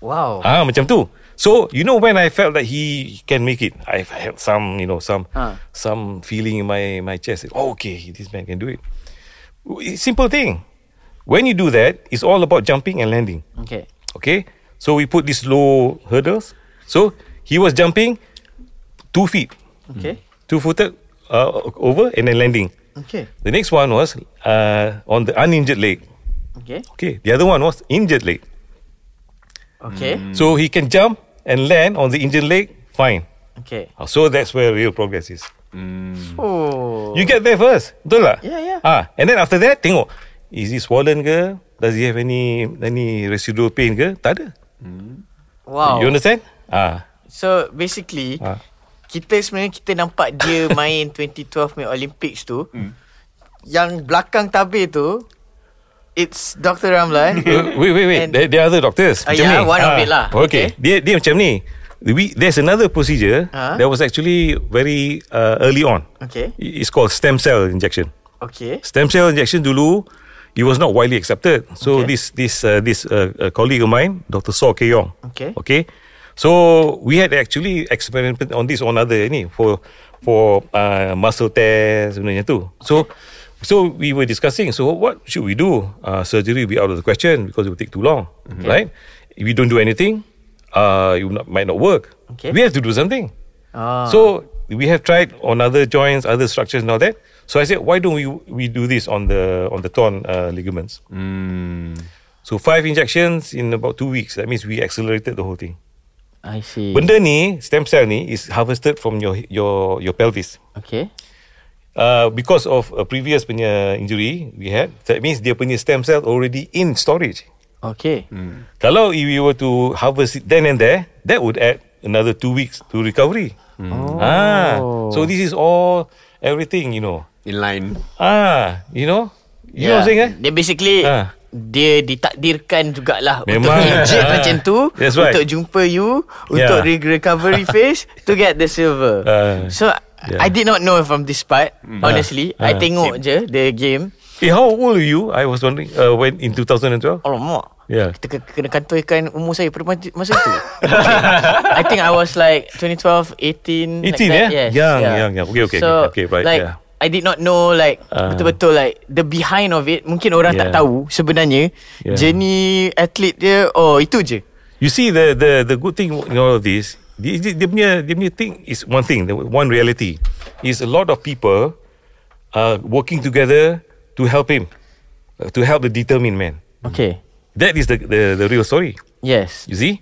Wow.
Ah, macam tu. So, you know when I felt that he can make it, I had some, you know, some
Ah.
some feeling in my my chest. Oh, okay, this man can do it. It's simple thing. When you do that, it's all about jumping and landing.
Okay.
Okay, so we put these low hurdles. So he was jumping two feet,
Okay.
two footed uh, over and then landing.
Okay.
The next one was uh, on the uninjured leg.
Okay.
Okay, the other one was injured leg. Hmm.
Okay.
So he can jump and land on the injured leg, fine.
Okay.
Uh, So that's where real progress is.
Oh.
You get there first, betul tak?
Yeah, yeah.
Ah, and then after that, tengok is he swollen ke? Does he have any any residual pain ke? Tak ada.
wow.
You understand? Ah,
So basically
Ah.
kita sebenarnya kita nampak dia main 2012 punya Olympics tu.
Hmm.
Yang belakang tabir tu it's Dr. Ramlan.
Uh, wait, wait, wait.
And-
There, there are other doctors.
Ah,
macam
yeah,
ni.
one of it lah.
Okay.
Okay.
Dia, dia macam ni. We, there's another procedure
Ah.
that was actually very uh, early on.
Okay.
It's called stem cell injection.
Okay.
Stem cell injection dulu, it was not widely accepted. So
Okay.
this this uh, this uh, uh, colleague of mine, Dr. Saw K. Yong.
Okay.
Okay. So we had actually experimented on this on other ni for for uh, muscle tests sebenarnya tu. So so we were discussing. So what should we do? Uh, surgery will be out of the question because it will take too long, right? If we don't do anything, uh, it will not, might not work.
Okay.
We have to do something.
Ah.
So we have tried on other joints, other structures, and all that. So I said, why don't we we do this on the on the torn uh, ligaments?
Hmm.
So five injections in about two weeks. That means we accelerated the whole thing.
Ah, I see.
Benda ni stem cell ni is harvested from your your your pelvis.
Okay.
Uh, because of a previous punya injury we had, that means dia punya stem cell already in storage.
Okay.
Hmm. Kalau if you were to harvest it then and there, that would add another two weeks to recovery. Ah, so this is all everything you know.
In line.
Ah, you know, you know what I'm saying? Eh?
Dia basically
Ah.
dia ditakdirkan jugalah untuk
Memang.
inject
Ah.
macam tu
That's right.
untuk jumpa you untuk
Yeah.
re- recovery phase to get the silver.
Ah.
so
Yeah.
I did not know from this part honestly. I
Ah.
tengok je the game.
Eh, how old are you? I was wondering uh, when in 2012.
Alamak.
Yeah.
Kita ke- kena kantoikan umur saya pada masa- masa tu. Okay. I think I was like 2012, 18. like that.
18, eh?
Yes,
Young,
yeah.
young, young. Okay, okay,
So,
okay, right,
like,
yeah.
I did not know like
Ah.
betul-betul like the behind of it. Mungkin orang tak
Yeah.
tahu sebenarnya
Yeah. Hmm.
journey atlet dia, oh itu je.
You see, the the the good thing in all of this, dia, dia, dia punya dia punya thing is one thing, the one reality is a lot of people uh, working together to help him, uh, to help the determined man.
Okay.
That is the the, the real story.
Yes.
You see,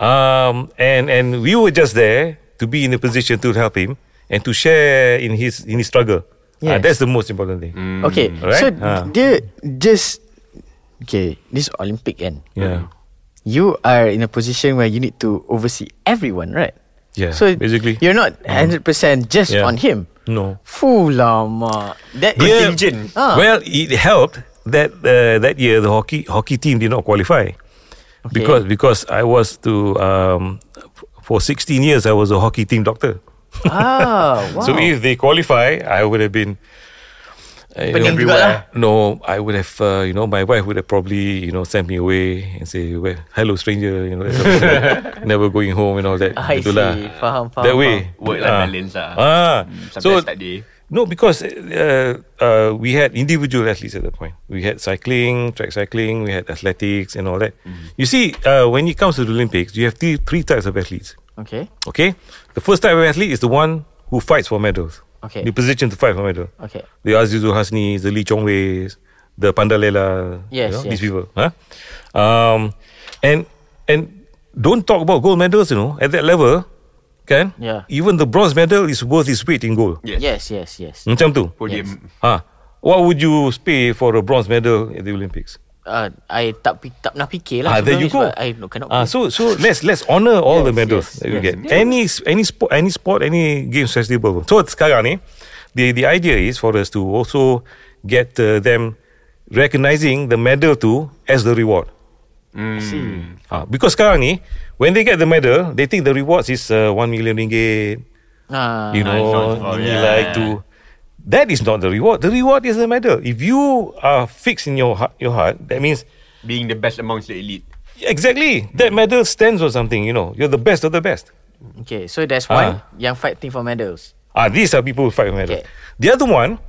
um, and and we were just there to be in a position to help him and to share in his in his struggle. Ah,
Yes. Mm.
that's the most important thing.
Okay.
Alright?
So
Ah.
dia just okay, this Olympic kan.
Yeah.
you are in a position where you need to oversee everyone, right?
Yeah,
So
basically. Mm.
you're not hundred percent just
Yeah.
on him.
No.
Fuh lama. That
Yeah.
Contingent.
Ah.
Well, it helped that uh, that year the hockey hockey team did not qualify because because I was to um, f- for 16 years I was a hockey team doctor.
Ah, wow.
So if they qualify, I would have been. uh, you
Pening
know,
jugalah.
No, I would have. Uh, you know, my wife would have probably you know sent me away and say, well, "Hello, stranger," you know, that's all. never going home and all that.
I
Itulah.
see. Faham, faham,
That way,
Work life
Ah.
balance lah. Hmm,
Ah,
Sometimes tak ada.
no, because uh, uh, we had individual athletes at that point. We had cycling, track cycling, we had athletics and all that.
Mm-hmm.
You see, uh, when it comes to the Olympics, you have three, three types of athletes.
Okay.
Okay? The first type of athlete is the one who fights for medals.
Okay.
The position to fight for medal.
Okay.
The Azizul Hasni, the Lee Chong Weis, the Pandalela.
Yes, yes.
These people. Huh? Um, and and don't talk about gold medals, you know, at that level. Can?
Yeah.
Even the bronze medal is worth its weight in gold.
Yes.
Yes, yes, yes.
Macam tu.
Podium.
Ha. What would you pay for a bronze medal at the Olympics?
Uh, I tak pi- tak pernah fikir lah.
ah, there you
sebelum ni
go.
sebab I no, cannot.
ah,
so,
so so let's let's honor all the
Yes,
medals
yes,
that we
yes.
get. Any any sport any sport any games festival. So sekarang ni, the the idea is for us to also get uh, them recognizing the medal too as the reward.
Hmm.
Ah, because sekarang ni, when they get the medal, they think the rewards is uh, one million ringgit.
ah,
you know,
it's not-
you
yeah.
like to. That is not the reward. The reward is the medal. If you are fixed in your heart, your heart, that means
Being the best amongst the elite.
exactly that medal stands for something. You know, you're the best of the best.
okay. So there's one
Ah.
yang fighting for medals.
Ah, these are people who fight for medal.
Okay.
The other one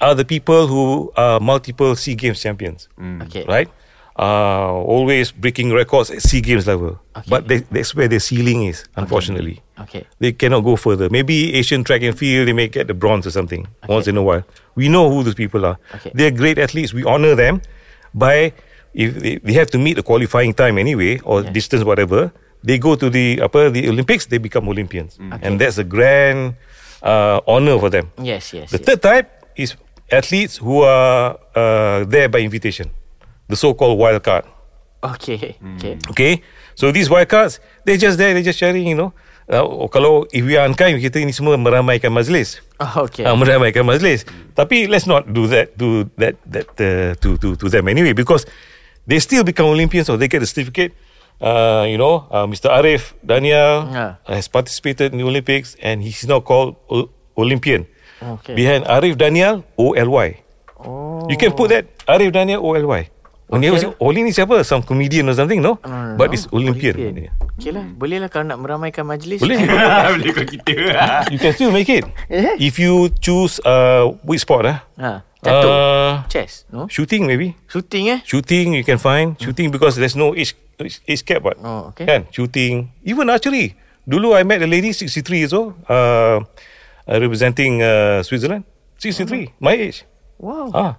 are the people who are multiple Sea Games champions,
Okay.
Mm, right? Uh, always breaking records at Sea Games level. But they, that's where their ceiling is, unfortunately.
Okay.
They cannot go further. Maybe Asian track and field, they may get the bronze or something once
Okay.
in a while. We know who those people are.
Okay.
They're great athletes. We honor them by if they, they have to meet the qualifying time anyway or distance whatever. They go to the upper the Olympics. They become
Mm.
Olympians, and that's a grand uh, honor for them.
Yes, yes.
The
yes.
third type is athletes who are uh, there by invitation, the so-called wild card.
Okay,
Mm.
okay.
Okay So these wildcards They're just there They're just sharing you know uh, oh, Kalau if we are unkind Kita ni semua meramaikan majlis
Oh, okay.
yeah. uh, Meramaikan majlis Tapi let's not do that To that that uh, to, to, to them anyway Because They still become Olympians Or they get a certificate uh, You know uh, Mr. Arif Daniel
Yeah.
Has participated in the Olympics And he's now called o- Olympian
Okay.
Behind Arif Daniel OLY
oh.
You can put that Arif Daniel OLY Only,
Okay.
only ni siapa? Some comedian or something, no?
No, no, no.
But it's Olympian. Yeah.
Okay lah. Boleh lah kalau nak meramaikan majlis.
Boleh.
Boleh kau kita.
you can still make it. If you choose uh, which sport, ah?
Ha, jatuh.
Uh,
Chess, no?
shooting maybe.
Shooting eh?
Shooting you can find shooting because there's no age age, age cap, but
Hmm. Oh, okay.
can shooting even archery. Dulu I met a lady 63 years old, uh, uh, representing uh, Switzerland.
Hmm.
63, my age.
Wow.
Ah.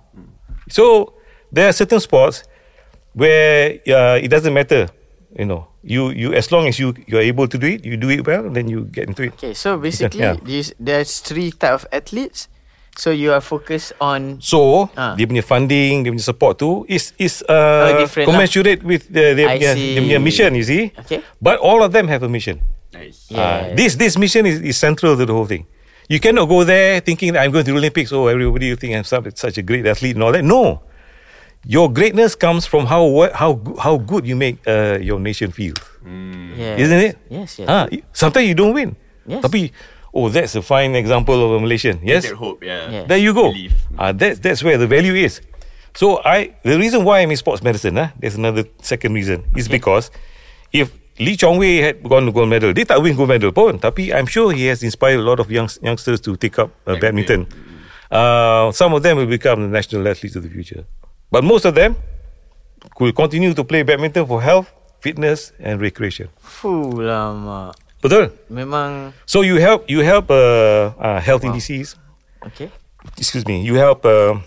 So there are certain sports where uh, it doesn't matter, you know. You you as long as you you are able to do it, you do it well, then you get into it.
Okay, so basically,
Yeah.
these, there's three type of athletes. So you are focused on
So
Ah.
dia punya funding, dia punya support tu is is uh,
Oh, different lah.
commensurate with the,
I
their, punya,
see.
their punya mission, you see.
Okay.
But all of them have a mission.
Nice.
Ah,
Yeah.
this this mission is, is central to the whole thing. You cannot go there thinking that I'm going to the Olympics. Oh, everybody you think I'm some, such a great athlete and all that. No, your greatness comes from how wo- how go- how good you make uh, your nation feel,
yes.
isn't it?
Yes, yes.
Ah, y- sometimes you don't win.
Yes.
Tapi, oh, that's a fine example of a Malaysian. Yes.
That hope, yeah.
Yeah.
There you go.
Belief.
Ah, that's that's where the value is. So I the reason why I'm in sports medicine, ah, there's another second reason. Is because if Lee Chong Wei had gone to gold medal, dia tak win gold medal pun. Tapi I'm sure he has inspired a lot of young, youngsters to take up uh, badminton. Uh, some of them will become the national athletes of the future. But most of them will continue to play badminton for health, fitness and recreation.
Fuh lama.
Betul?
Memang,
So you help you help uh, uh, health indices,
okay.
excuse me, you help uh,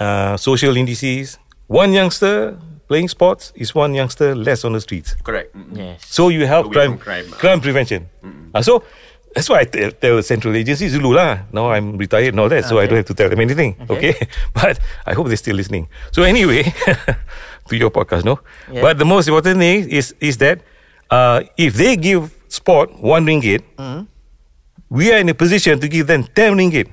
uh, social indices. One youngster playing sports is one youngster less on the streets.
Correct. Mm-mm.
Yes.
So you help
Away
crime,
from crime. ah.
crime prevention. Uh, so that's why I tell, tell central agencies dulu lah. Now I'm retired and all that, so I don't have to tell them anything. Okay. but I hope they're still listening. So anyway, to your podcast, no.
Yeah.
But the most important thing is is that uh, if they give sport one ringgit,
Mm-hmm.
we are in a position to give them ten ringgit.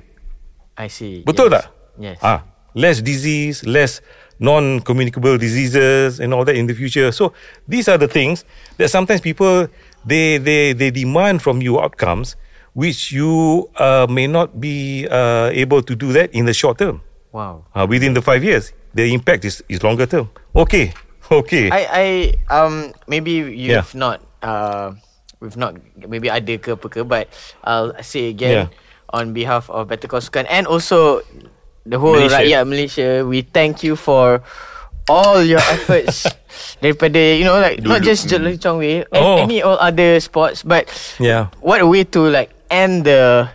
I see. yes.
Betul tak?
Yes.
Ah, less disease, less non-communicable diseases and all that in the future. So these are the things that sometimes people they they they demand from you outcomes which you uh, may not be uh, able to do that in the short term.
Wow.
Uh, within the five years, the impact is, is longer term. Okay, okay.
I I um maybe
Yeah.
you've not uh we've not maybe ada ke apa ke but I'll say again on behalf of Better Call Sukan and also the whole
Malaysia.
rakyat Malaysia we thank you for all your efforts daripada you know like not
Dulu.
just Jelly Chong Wei and
Oh.
any all other sports but
yeah.
what a way to like end the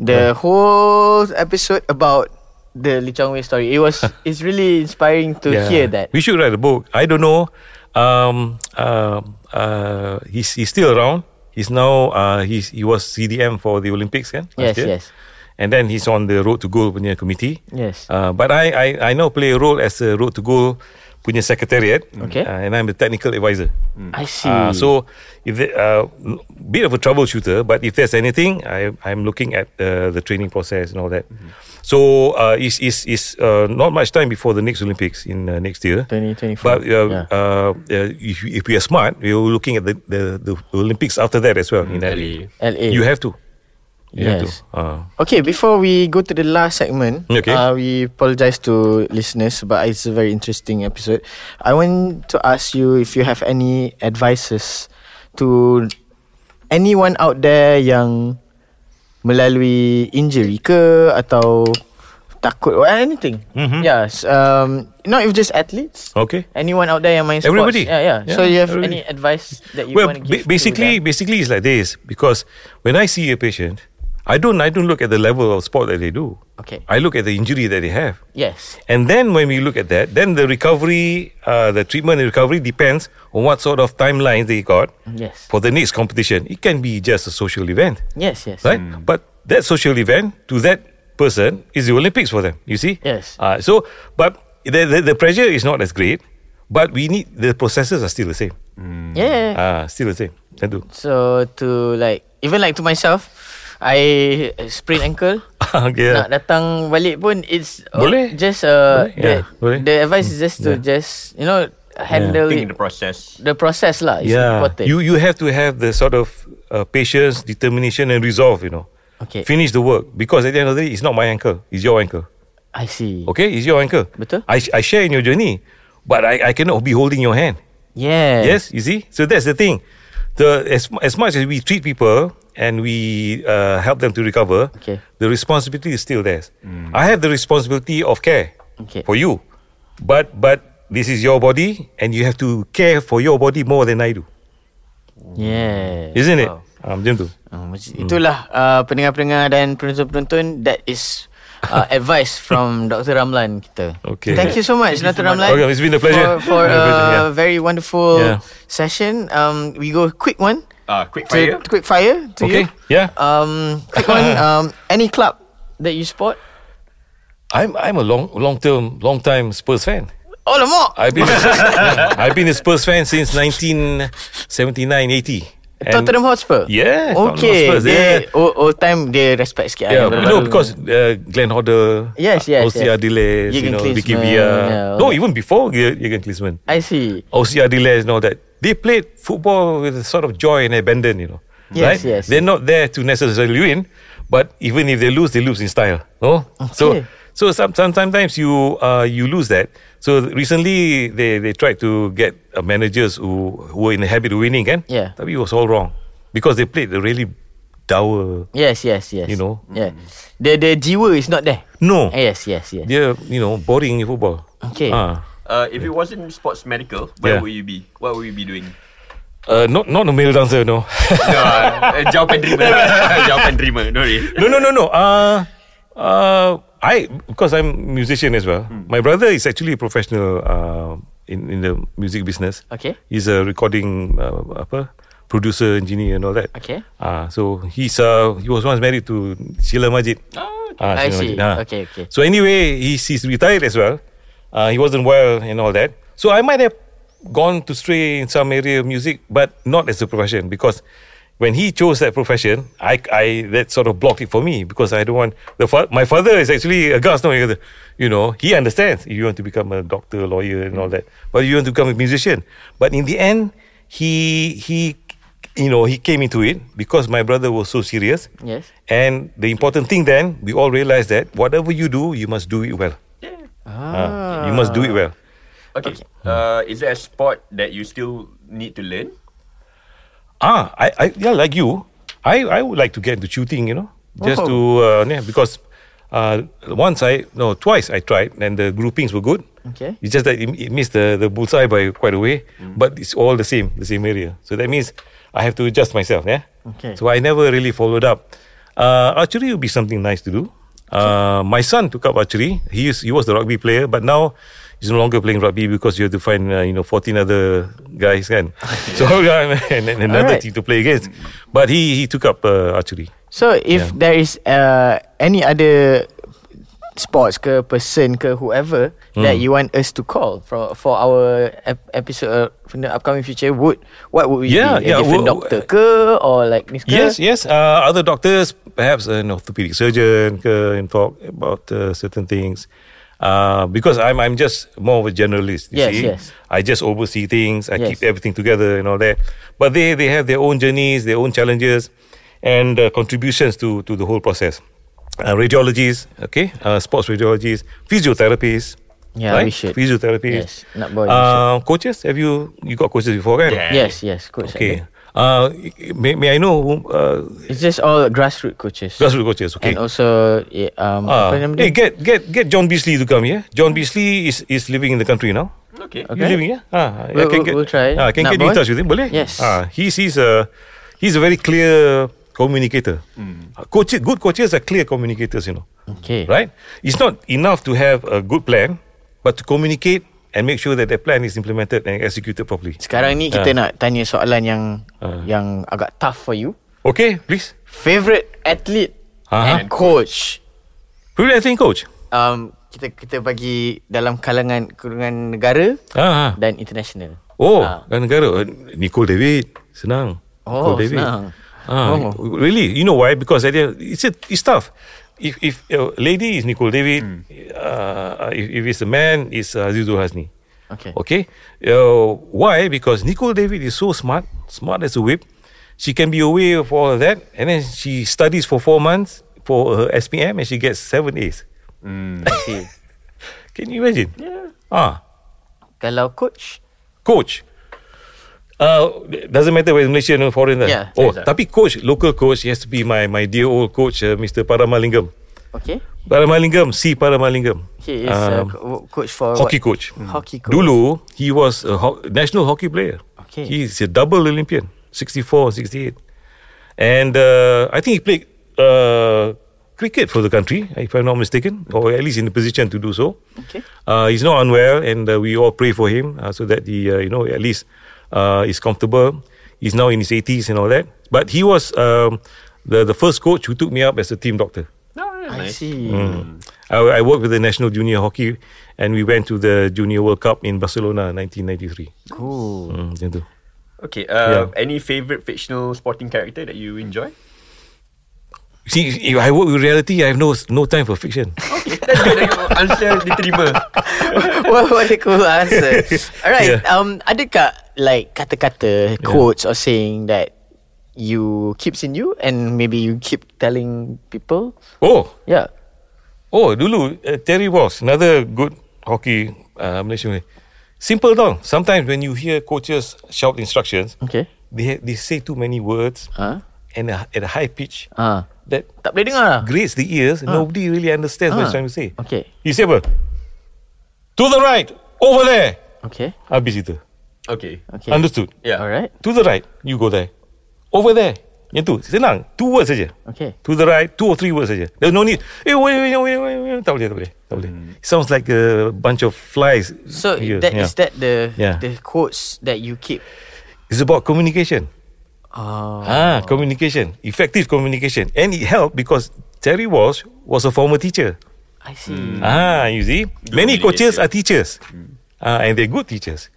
the whole episode about the Lee Chong Wei story. It was it's really inspiring to
yeah.
hear that.
We should write a book. I don't know. Um, um, uh, he's, he's still around. He's now uh, he's, he was CDM for the Olympics, kan?
Yes,
last year.
yes.
And then he's on the Road to Goal punya committee.
Yes.
Uh, but I, I I now play a role as a Road to Goal punya secretariat.
Okay. Hmm.
Uh, and I'm the technical advisor.
I see.
Uh, so, if the, uh, bit of a troubleshooter, but if there's anything, I, I'm looking at uh, the training process and all that.
Mm-hmm.
So, uh, it's, it's, it's uh, not much time before the next Olympics in uh, next year.
2024.
But uh,
Yeah.
uh, uh, if, if we are smart, we're looking at the, the, the Olympics after that as
Mm-hmm.
well in LA.
Really.
LA.
uh, You have to. You have
Mm-hmm.
to.
Yes.
Uh,
Okay, before we go to the last segment,
Okay.
uh, we apologize to listeners, but it's a very interesting episode. I want to ask you if you have any advices to anyone out there yang melalui injury ke atau takut or anything.
Mhm.
Yes, um, not if just athletes.
okay.
Anyone out there yang main sports.
Oh. Everybody.
Yeah, yeah,
Yeah,
So you have
everybody.
any advice that you
well,
want to
ba-
give? to
basically,
them?
basically, it's like this because when I see a patient, I don't, I don't look at the level of sport that they do.
Okay.
I look at the injury that they have.
Yes.
And then when we look at that, then the recovery, uh, the treatment and recovery depends on what sort of timelines they got
Yes.
for the next competition. It can be just a social event,
Yes, yes.
right? But that social event to that person is the Olympics for them. You see?
Yes.
Uh, so, but the, the the pressure is not as great, but we need the processes are still the same.
Hmm. Yeah.
Ah, still the same. Can do.
So to like Even like to myself I uh, sprain ankle
okay.
Nak datang balik pun It's uh,
Boleh.
Just uh,
Boleh, yeah,
the,
boleh.
the advice is just to
Yeah.
just You know Handle
Think the
it,
process.
the process lah It's
yeah.
important
You you have to have the sort of uh, patience, determination, and resolve. You know.
Okay
Finish the work because at the end of the day, it's not my ankle, it's your ankle.
I see
Okay, it's your ankle.
Betul.
I, I share in your journey, but I, I cannot be holding your hand.
Yeah
Yes, you see. So that's the thing. The as as much as we treat people and we uh, help them to recover,
Okay.
the responsibility is still theirs. I have the responsibility of care
Okay.
for you, but but this is your body and you have to care for your body more than I do,
Yeah
isn't it?
Wow.
Um, macam tu.
Oh, mac-
Hmm.
Itulah uh, pendengar-pendengar dan penonton-penonton That is uh, advice from Dr. Ramlan kita
Okay.
Thank you so much Dr. Ramlan
Okay, it's been a pleasure.
For, for
My pleasure,
a
yeah.
very wonderful
Yeah.
session um, We go quick one
Uh, quick
to,
fire.
Quick fire to
Okay.
you
Yeah.
um, Quick one um, Any club that you support?
I'm I'm a long long term long time Spurs fan.
Oh, Lemak
I've been I've been a Spurs fan since 1979 80.
Tottenham Hotspur
Yeah. Tottenham
Okay
Hotspurs,
dia, old, old time dia respect sikit ah,
Yeah, yeah
baru-baru.
no, because uh, Glenn Hoddle,
Yes, yes,
O.C.
yes.
Ardiles, you
Jürgen
know, Ricky
Klinsmann,
Villa.
yeah, all
no,
that.
even before Jür- Jürgen Klinsmann,
I see
O.C. Ardiles and all that. They played football with a sort of joy and abandon, you know.
Yes,
right?
yes.
They're not there to necessarily win, but even if they lose, they lose in style. No,
Okay.
so so some, some, sometimes you uh, you lose that. So recently they, they tried to get uh, managers who who were in the habit of winning, kan?
Yeah.
Tapi it was all wrong because they played the really dour.
Yes, yes, yes
You know.
Yeah The, the jiwa is not there
No,
Yes, yes, yes
they're you know boring in football.
Eh. Okay.
Ah.
Uh, if it wasn't sports medical, where
Yeah.
would you be? What would you be doing?
Uh, not not a male dancer,
no,
no.
uh, jawapan dreamer. jawapan dreamer. No, worry.
no, no, no, no. Uh, uh, I because I'm musician as well.
Hmm.
My brother is actually a professional uh, in in the music business.
Okay.
He's a recording uh, apa producer, engineer, and all that.
Okay.
Uh, so he's uh, he was once married to Sheila Majid. Ah,
Oh, I
Sheila
see.
Majid, ah.
Okay, okay.
So anyway, he's, he's retired as well. Uh, he wasn't well and all that. So I might have gone to stray in some area of music, but not as a profession because when he chose that profession, I, I that sort of blocked it for me because I don't want the fa- my father is actually a gas no, you know he understands if you want to become a doctor, lawyer, and all that, but you want to become a musician. But in the end, he he, you know, he came into it because my brother was so serious.
Yes.
And the important thing then we all realized that whatever you do, you must do it well. Ah. you must do it well.
Okay. Uh, is there a sport that you still need to learn?
Ah, I, I yeah, like you, I, I would like to get into shooting, you know, just
Oh.
to uh, yeah, because uh, once I no twice I tried and the groupings were good.
Okay. Mm.
It's just that it, it missed the, the bullseye by quite a way, but it's all the same, the same area. So that means I have to adjust myself, yeah.
Okay.
So I never really followed up. Uh, archery would be something nice to do. Uh, my son took up archery. He is, he was the rugby player, but now he's no longer playing rugby because you have to find uh, you know 14 other guys kan. so yeah, and, and another
Alright.
team to play against. But he he took up uh, archery.
So if
Yeah.
there is uh, any other sports ke person ke whoever
Hmm.
that you want us to call for for our ep- episode uh, from the upcoming future would what would we
Yeah,
be a
yeah,
different
wo-
doctor ke or like this ke
Yes, yes. Uh, other doctors, perhaps an orthopedic surgeon, ke, and talk about uh, certain things. Uh, because I'm I'm just more of a generalist. You
Yes,
see?
yes.
I just oversee things. I
Yes.
keep everything together and all that. But they they have their own journeys, their own challenges, and uh, contributions to to the whole process. Uh, radiologists, okay, uh, sports radiologists, physiotherapists.
Yeah,
right?
we should. Yes,
Physiotherapists.
nak buat, we
Uh, coaches, have you you got coaches before, kan?
Yeah.
yes yes coach
Okay. Uh, may, may I know whom, uh,
it's just all grassroots coaches
grassroots coaches?
and
Okay.
uh, also yeah, um
Ah,
apa nama
hey,
dia
get get get John Beasley to come here.
Mm.
John Beasley is is living in the country now.
Okay.
He's living here. Ah, I
We'll- we'll-
can get,
we'll try.
Ah, I can
Nak
get you in
boy?
touch with him, boleh?
Yes.
Ah, he's he's a he's a very clear communicator. Coaches, good coaches are clear communicators. You know,
okay
right? It's not enough to have a good plan, but to communicate and make sure that that plan is implemented and executed properly.
sekarang ni kita
Ah.
nak tanya soalan yang
Ah.
yang agak tough for you
Okay, please.
favorite athlete
Aha.
and coach
Really, I think coach.
um, kita kita bagi dalam kalangan kurungan negara
Ah, ah.
dan international.
Oh,
Ah.
kan negara. Nicole David. Senang.
Oh,
Nicole David.
senang.
Ah,
Oh.
Really, you know why? Because at the end, it's, a, it's tough. If if a lady is Nicole David,
Hmm.
uh, if, if it's a man, it's uh, Azizul Hasni.
Okay.
Okay. Uh, why? Because Nicole David is so smart, smart as a whip. She can be away of all of that, and then she studies for four months for her SPM, and she gets seven A's.
Okay.
Can you imagine? Yeah. Ah,
Kalau coach,
coach. Uh, doesn't matter whether Malaysian or foreign lah.
Yeah,
oh,
same lah.
tapi coach, local coach, he has to be my my dear old coach, uh, Mr. Paramalingam.
okay.
Paramalingam, C. Paramalingam.
He is um,
Um,
uh, coach for
hockey
what? Mm.
coach.
Hockey coach.
Dulu, he was a ho- national hockey player.
Okay.
He is a double Olympian, 64, 68. And uh, I think he played uh, cricket for the country, if I'm not mistaken, or at least in the position to do so.
Okay.
Uh, he's not unwell, and uh, we all pray for him uh, so that he, uh, you know, at least uh, is comfortable. He's now in his 80s and all that. But he was um, the, the first coach who took me up as a team doctor.
No, that's
I
nice.
see.
Mm. I, I worked with the National Junior Hockey and we went to the Junior World Cup in Barcelona 1993.
Cool.
Hmm, macam tu.
Okay. Uh,
Yeah.
Any favorite fictional sporting character that you enjoy?
See, if- if I work with reality, I have no no time for fiction.
Okay. That's good. that your Answer diterima.
what, what a cool answer. Alright.
Yeah.
Um, adakah like kata-kata quotes or saying that you keeps in you and maybe you keep telling people?
Oh,
Yeah.
oh, dulu uh, Terry Walsh, another good hockey uh, Malaysian player. Simple dong. Sometimes when you hear coaches shout instructions,
Okay.
they they say too many words
Ah.
and a, at a high pitch
Ah.
that
Tak boleh dengar lah.
grates the ears. Nobody really understands what
Ah.
he's trying to say.
Okay.
He say, apa? To the right, over there.
Okay.
Habis itu.
Okay.
Okay.
Ah, Understood.
Yeah.
Alright.
To the right, you go there. Over there. Yang tu, senang. Two words saja.
Okay.
To the right, two or three words saja. There's no need. Eh, wait, wait, wait, wait, wait. Tak boleh, tak boleh. Tak boleh. It sounds like a bunch of flies.
So
here.
that
Yeah.
is that the
Yeah.
the quotes that you keep.
It's about communication.
Oh.
Ah, communication. Effective communication. And it helped because Terry Walsh was a former teacher.
I see.
Ah, you see? Many coaches are teachers. Ah, and they're good teachers.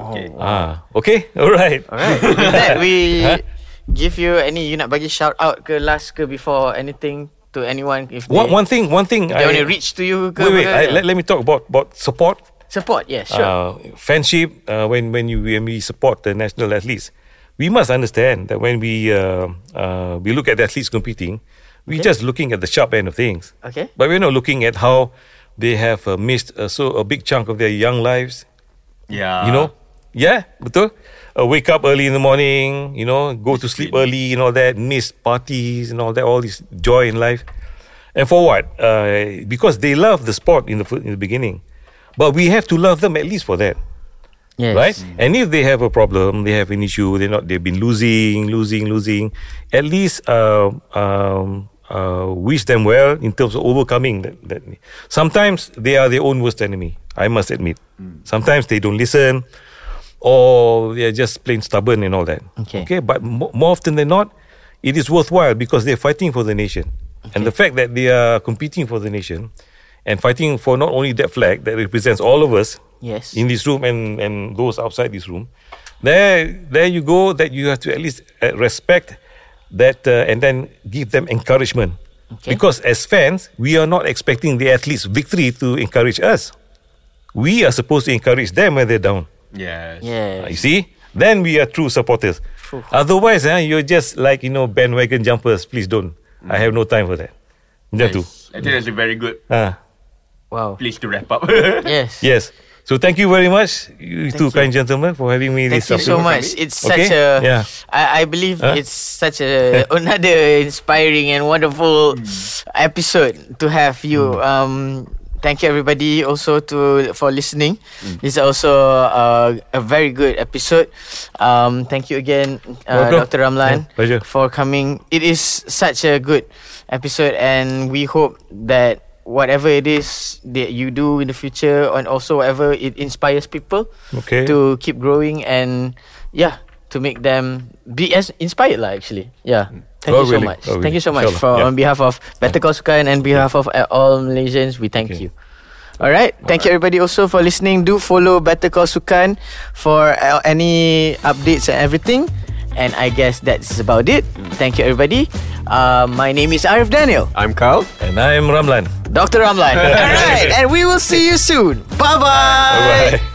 Okay.
Ah, okay? All right.
Alright. With that we give you any you nak bagi shout out ke last ke before anything to anyone if
One,
they,
one thing, one thing.
they want to reach to you ke
Wait, wait.
apa
I,
ke?
let, let me talk about about support.
support yeah sure
uh, friendship uh, when when you when we support the national athletes we must understand that when we uh, uh, we look at the athletes competing we're just looking at the sharp end of things
Okay.
but we're not looking at how they have uh, missed uh, so a big chunk of their young lives
Yeah.
you know yeah betul uh, wake up early in the morning you know go to sleep early and all that miss parties and all that all this joy in life and for what uh, because they love the sport in the fir- in the beginning but we have to love them at least for that
yes.
right and if they have a problem they have an issue they're not they've been losing losing losing at least uh, um, uh, wish them well in terms of overcoming that, that sometimes they are their own worst enemy i must admit sometimes they don't listen or they're just plain stubborn and all that
Okay.
but mo- more often than not it is worthwhile because they're fighting for the nation and the fact that they are competing for the nation and fighting for not only that flag that represents all of us
Yes.
in this room and, and those outside this room. There, there you go. That you have to at least uh, respect that, uh, and then give them encouragement.
Okay.
Because as fans, we are not expecting the athletes' victory to encourage us. We are supposed to encourage them when they're down.
Yes.
Ah,
yeah
You see, then we are true supporters. Otherwise, eh, you're just like you know bandwagon jumpers. Please don't. I have no time for that. Nice. Too.
Nice. I think that's a very good
Ah.
wow
place to wrap up.
yes
Yes. So thank you very much, you two kind gentlemen, for having me
Thank
this
you so
afternoon.
much. It's such
Okay?
a. I
Yeah.
I believe
Huh?
it's such a another inspiring and wonderful episode to have you.
Hmm.
Um, thank you everybody also to for listening. This is also uh, a very good episode. Um, thank you again, uh,
Welcome.
Dr. Ramlan,
Yeah, pleasure.
for coming. It is such a good episode, and we hope that. Whatever it is that you do in the future, and also whatever it inspires people,
Okay.
to keep growing and yeah to make them be as inspired lah actually yeah thank you
Oh,
so
really?
much
Oh,
thank
really?
you so much for
Inshallah. Yeah.
on behalf of Better Call Sukan and behalf of uh, all Malaysians we thank you all right thank you everybody also for listening do follow Better Call Sukan for uh, any updates and everything and I guess that's about it
Mm.
thank you everybody uh, my name is Arif Daniel
I'm Carl.
And I'm Ramlan.
Dr. Ramlan all right and we will see you soon bye bye
Bye.